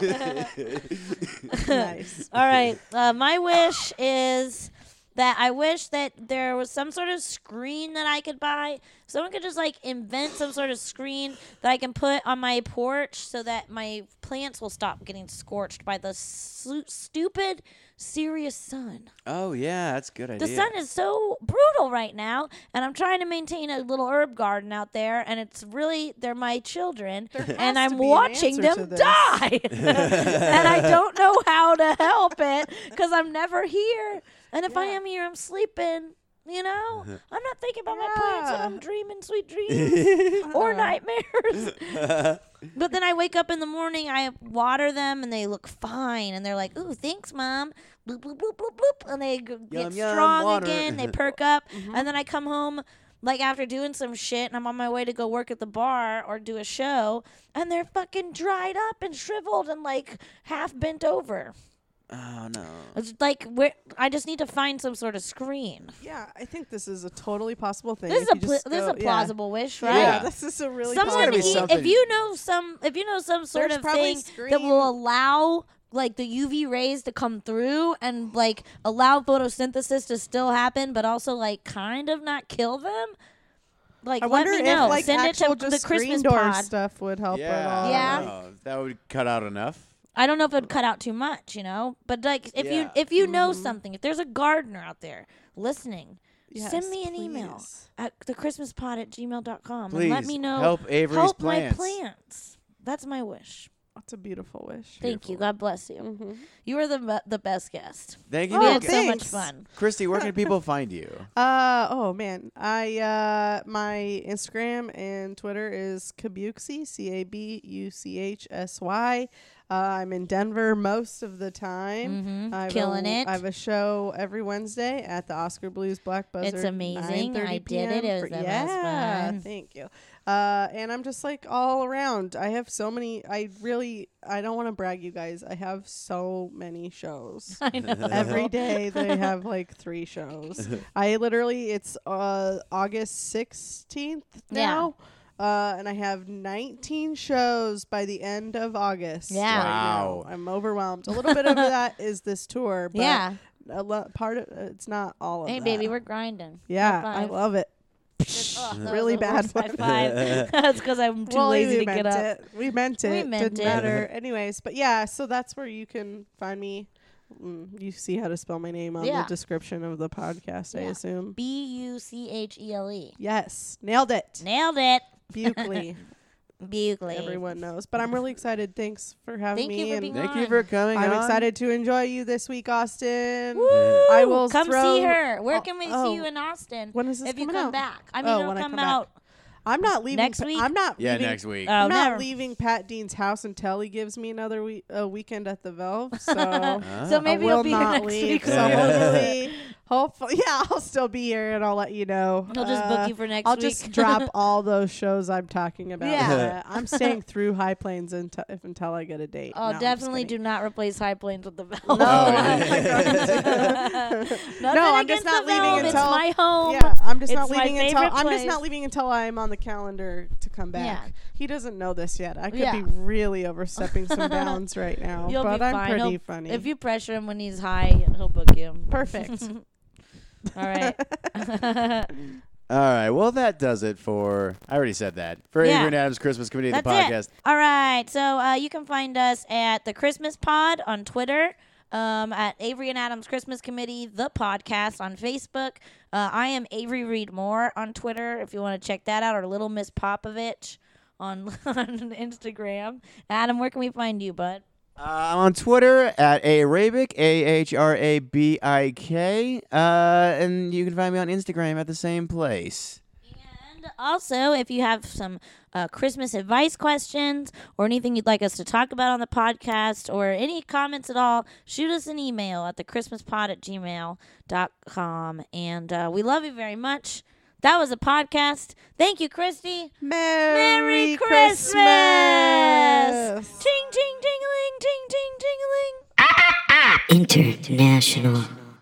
S4: [laughs]
S5: nice.
S4: All right. Uh, my wish is that I wish that there was some sort of screen that I could buy. Someone could just like invent some sort of screen that I can put on my porch so that my plants will stop getting scorched by the su- stupid serious sun.
S3: oh yeah, that's a good idea.
S4: The sun is so brutal right now, and I'm trying to maintain a little herb garden out there, and it's really they're my children, and
S5: has to
S4: I'm
S5: be an
S4: watching
S5: answer to
S4: them
S3: [laughs]
S5: this.
S4: die, and I don't know how to help it because I'm never here, and if I am here, I'm sleeping. You know, I'm not thinking about my plants, and
S5: Yeah.
S4: I'm dreaming sweet dreams or nightmares. But then I wake up in the morning, I water them, and they look fine, and they're like, "Ooh, thanks, mom." Bloop bloop bloop bloop bloop, and they g- get
S3: Yum, yum,
S4: strong
S3: water.
S4: again.
S5: [laughs]
S4: They perk up,
S5: Mm-hmm.
S4: and then I come home like after doing some shit, and I'm on my way to go work at the bar or do a show, and they're fucking dried up and shriveled and like half bent over.
S3: Oh no.
S4: It's like where I just need to find some sort of screen.
S5: Yeah, I think this is a totally possible thing.
S4: This is
S5: if
S4: a
S5: you
S4: pl-
S5: just
S4: this is
S5: go-
S4: a plausible wish,
S5: Yeah.
S4: right?
S5: Yeah,
S3: Yeah.
S5: this is a really
S4: someone
S3: gotta be
S5: possible.
S4: eat, if
S3: something-
S4: you know some if you know some sort
S5: There's
S4: of
S5: probably
S4: thing that will
S5: screen-
S4: allow like the UV rays to come through and like allow photosynthesis to still happen but also like kind of not kill them like
S5: I
S4: let
S5: wonder
S4: me
S5: if
S4: know
S5: like
S4: send it
S5: actual
S4: to
S5: just
S4: the
S5: screen
S4: Christmas
S5: door
S4: pod
S5: stuff would help at
S3: Yeah.
S5: all.
S4: Yeah.
S3: I don't know. That would cut out enough.
S4: I don't know if it would cut out too much, you know. But like, if you
S3: Yeah.
S4: if you know
S5: Mm-hmm.
S4: something, if there's a gardener out there listening, send
S5: Yes,
S4: me an email
S5: please.
S4: at thechristmaspot at gmail.com and
S3: Please
S4: let me know
S3: help Avery's
S4: help
S3: plants.
S4: my plants. That's my wish.
S5: That's a beautiful wish.
S4: Thank you. God bless you. Mm-hmm. You are the be- the best guest.
S3: Thank you,
S5: Oh,
S4: we
S3: for-
S4: had so much
S5: thanks.
S4: fun.
S3: Christy. Where can people find
S4: [laughs]
S3: you?
S5: Uh oh man, I uh my Instagram and Twitter is Kabuxy C A B U C H S Y. Uh, I'm in Denver most of the time. I have
S4: Mm-hmm. Killing
S5: a,
S4: it.
S5: I have a show every Wednesday at the Oscar Blues Black Buzzard.
S4: amazing.
S5: 9:30
S4: I did it.
S5: p.m.
S4: It was
S5: for-
S4: the
S5: yeah,
S4: best one.
S5: Thank you. Uh, and I'm just like all around. I have so many. I really. I don't want to brag, you guys. I have so many shows.
S4: I know. [laughs]
S5: Every day they have like three shows. I literally it's uh August sixteenth
S4: Yeah.
S5: now. Uh, and I have 19 shows by the end of August.
S4: Yeah.
S5: right now.
S3: Wow.
S5: I'm overwhelmed. A
S4: [laughs]
S5: little bit of that is this tour, but
S4: Yeah.
S5: a lo- part of it's not all of
S4: Hey,
S5: that.
S4: baby, we're grinding.
S5: yeah,
S4: High
S5: I
S4: five.
S5: love it.
S4: Oh, that
S5: really
S4: was the
S5: bad
S4: worst
S5: one.
S4: High five. That's because I'm too
S5: Well,
S4: lazy
S5: we
S4: to get
S5: meant
S4: up.
S5: It. We meant it.
S4: meant
S5: Didn't
S4: it. [laughs]
S5: matter. Anyways, but yeah, so that's where you can find me. Mm, you see how to spell my name on
S4: Yeah.
S5: the description of the podcast, I
S4: Yeah. [laughs]
S5: assume.
S4: B U C H E L E.
S5: Yes, nailed it. [laughs]
S4: Nailed it.
S5: Bukley,
S4: Bugley.
S5: everyone knows. But I'm really excited. Thanks for having
S4: Thank
S5: me.
S4: you for
S5: and
S4: being
S3: Thank
S4: on.
S3: you for coming.
S5: I'm
S3: on.
S5: excited to enjoy you this week, Austin.
S4: Woo!
S5: [laughs] I will
S4: come
S5: throw-
S4: see her. Where
S5: Oh,
S4: can we
S5: oh.
S4: see you in Austin?
S5: When is this
S4: If you
S5: coming
S4: come
S5: out?
S4: back, I mean,
S5: Oh,
S4: it'll
S5: when I
S4: come,
S5: come back.
S4: out.
S5: I'm not leaving.
S4: Next
S5: Pa-
S4: week?
S5: I'm not.
S3: Yeah,
S5: leaving,
S3: next week.
S4: Oh,
S5: I'm not
S4: never.
S5: leaving Pat Dean's house until he gives me another week, a weekend at
S4: [laughs]
S5: the Valve. So
S4: So maybe
S5: I
S4: you'll
S5: will
S4: be here
S5: not
S4: next
S5: leave.
S4: week.
S5: So hopefully, [laughs] hopefully, yeah, I'll still be here and I'll let you know.
S4: He'll just book you for next
S5: Uh, I'll
S4: week. [laughs]
S5: just drop all those shows I'm talking about.
S4: Yeah.
S5: Uh, I'm staying through High Plains until, if, until I get a date.
S4: Oh,
S5: No, I'm just
S4: definitely do
S5: kidding.
S4: not replace High Plains with the [laughs] Valve. Nothing
S5: No, I'm
S4: against
S5: just not
S4: the
S5: leaving
S4: Valve.
S5: until
S4: It's my [laughs] home.
S5: Yeah, I'm just not
S4: It's my
S5: leaving until
S4: favorite
S5: I'm just
S4: place.
S5: not leaving until I'm on the calendar to come back.
S4: Yeah.
S5: He doesn't know this yet. I could
S4: Yeah.
S5: be really overstepping
S4: [laughs]
S5: some bounds right now,
S4: You'll
S5: but
S4: be
S5: I'm
S4: fine.
S5: pretty
S4: He'll-
S5: funny.
S4: If you pressure him when he's high, he'll book you.
S5: Perfect.
S4: All right.
S3: All right. Well, that does it for. I already said that for
S4: Yeah.
S3: Avery and Adams Christmas Committee of
S4: That's
S3: the podcast.
S4: it. All right. So uh, you can find us at the Christmas Pod on Twitter. Um, at Avery and Adams Christmas Committee, the podcast on Facebook. Uh, I am Avery Reed Moore on Twitter if you want to check that out, or Little Miss Popovich on, [laughs] on Instagram. Adam, where can we find you, bud?
S3: Uh, I'm on Twitter at Arabic, A H R A B I K. Uh, and you can find me on Instagram at the same place.
S4: And also, if you have some uh, Christmas advice questions or anything you'd like us to talk about on the podcast or any comments at all, shoot us an email at thechristmaspod at gmail.com. And uh, we love you very much. That was a podcast. Thank you, Christy.
S5: [laughs] Merry,
S4: Merry Christmas! Ting, ting, tingling, ting, ting, tingling.
S1: International.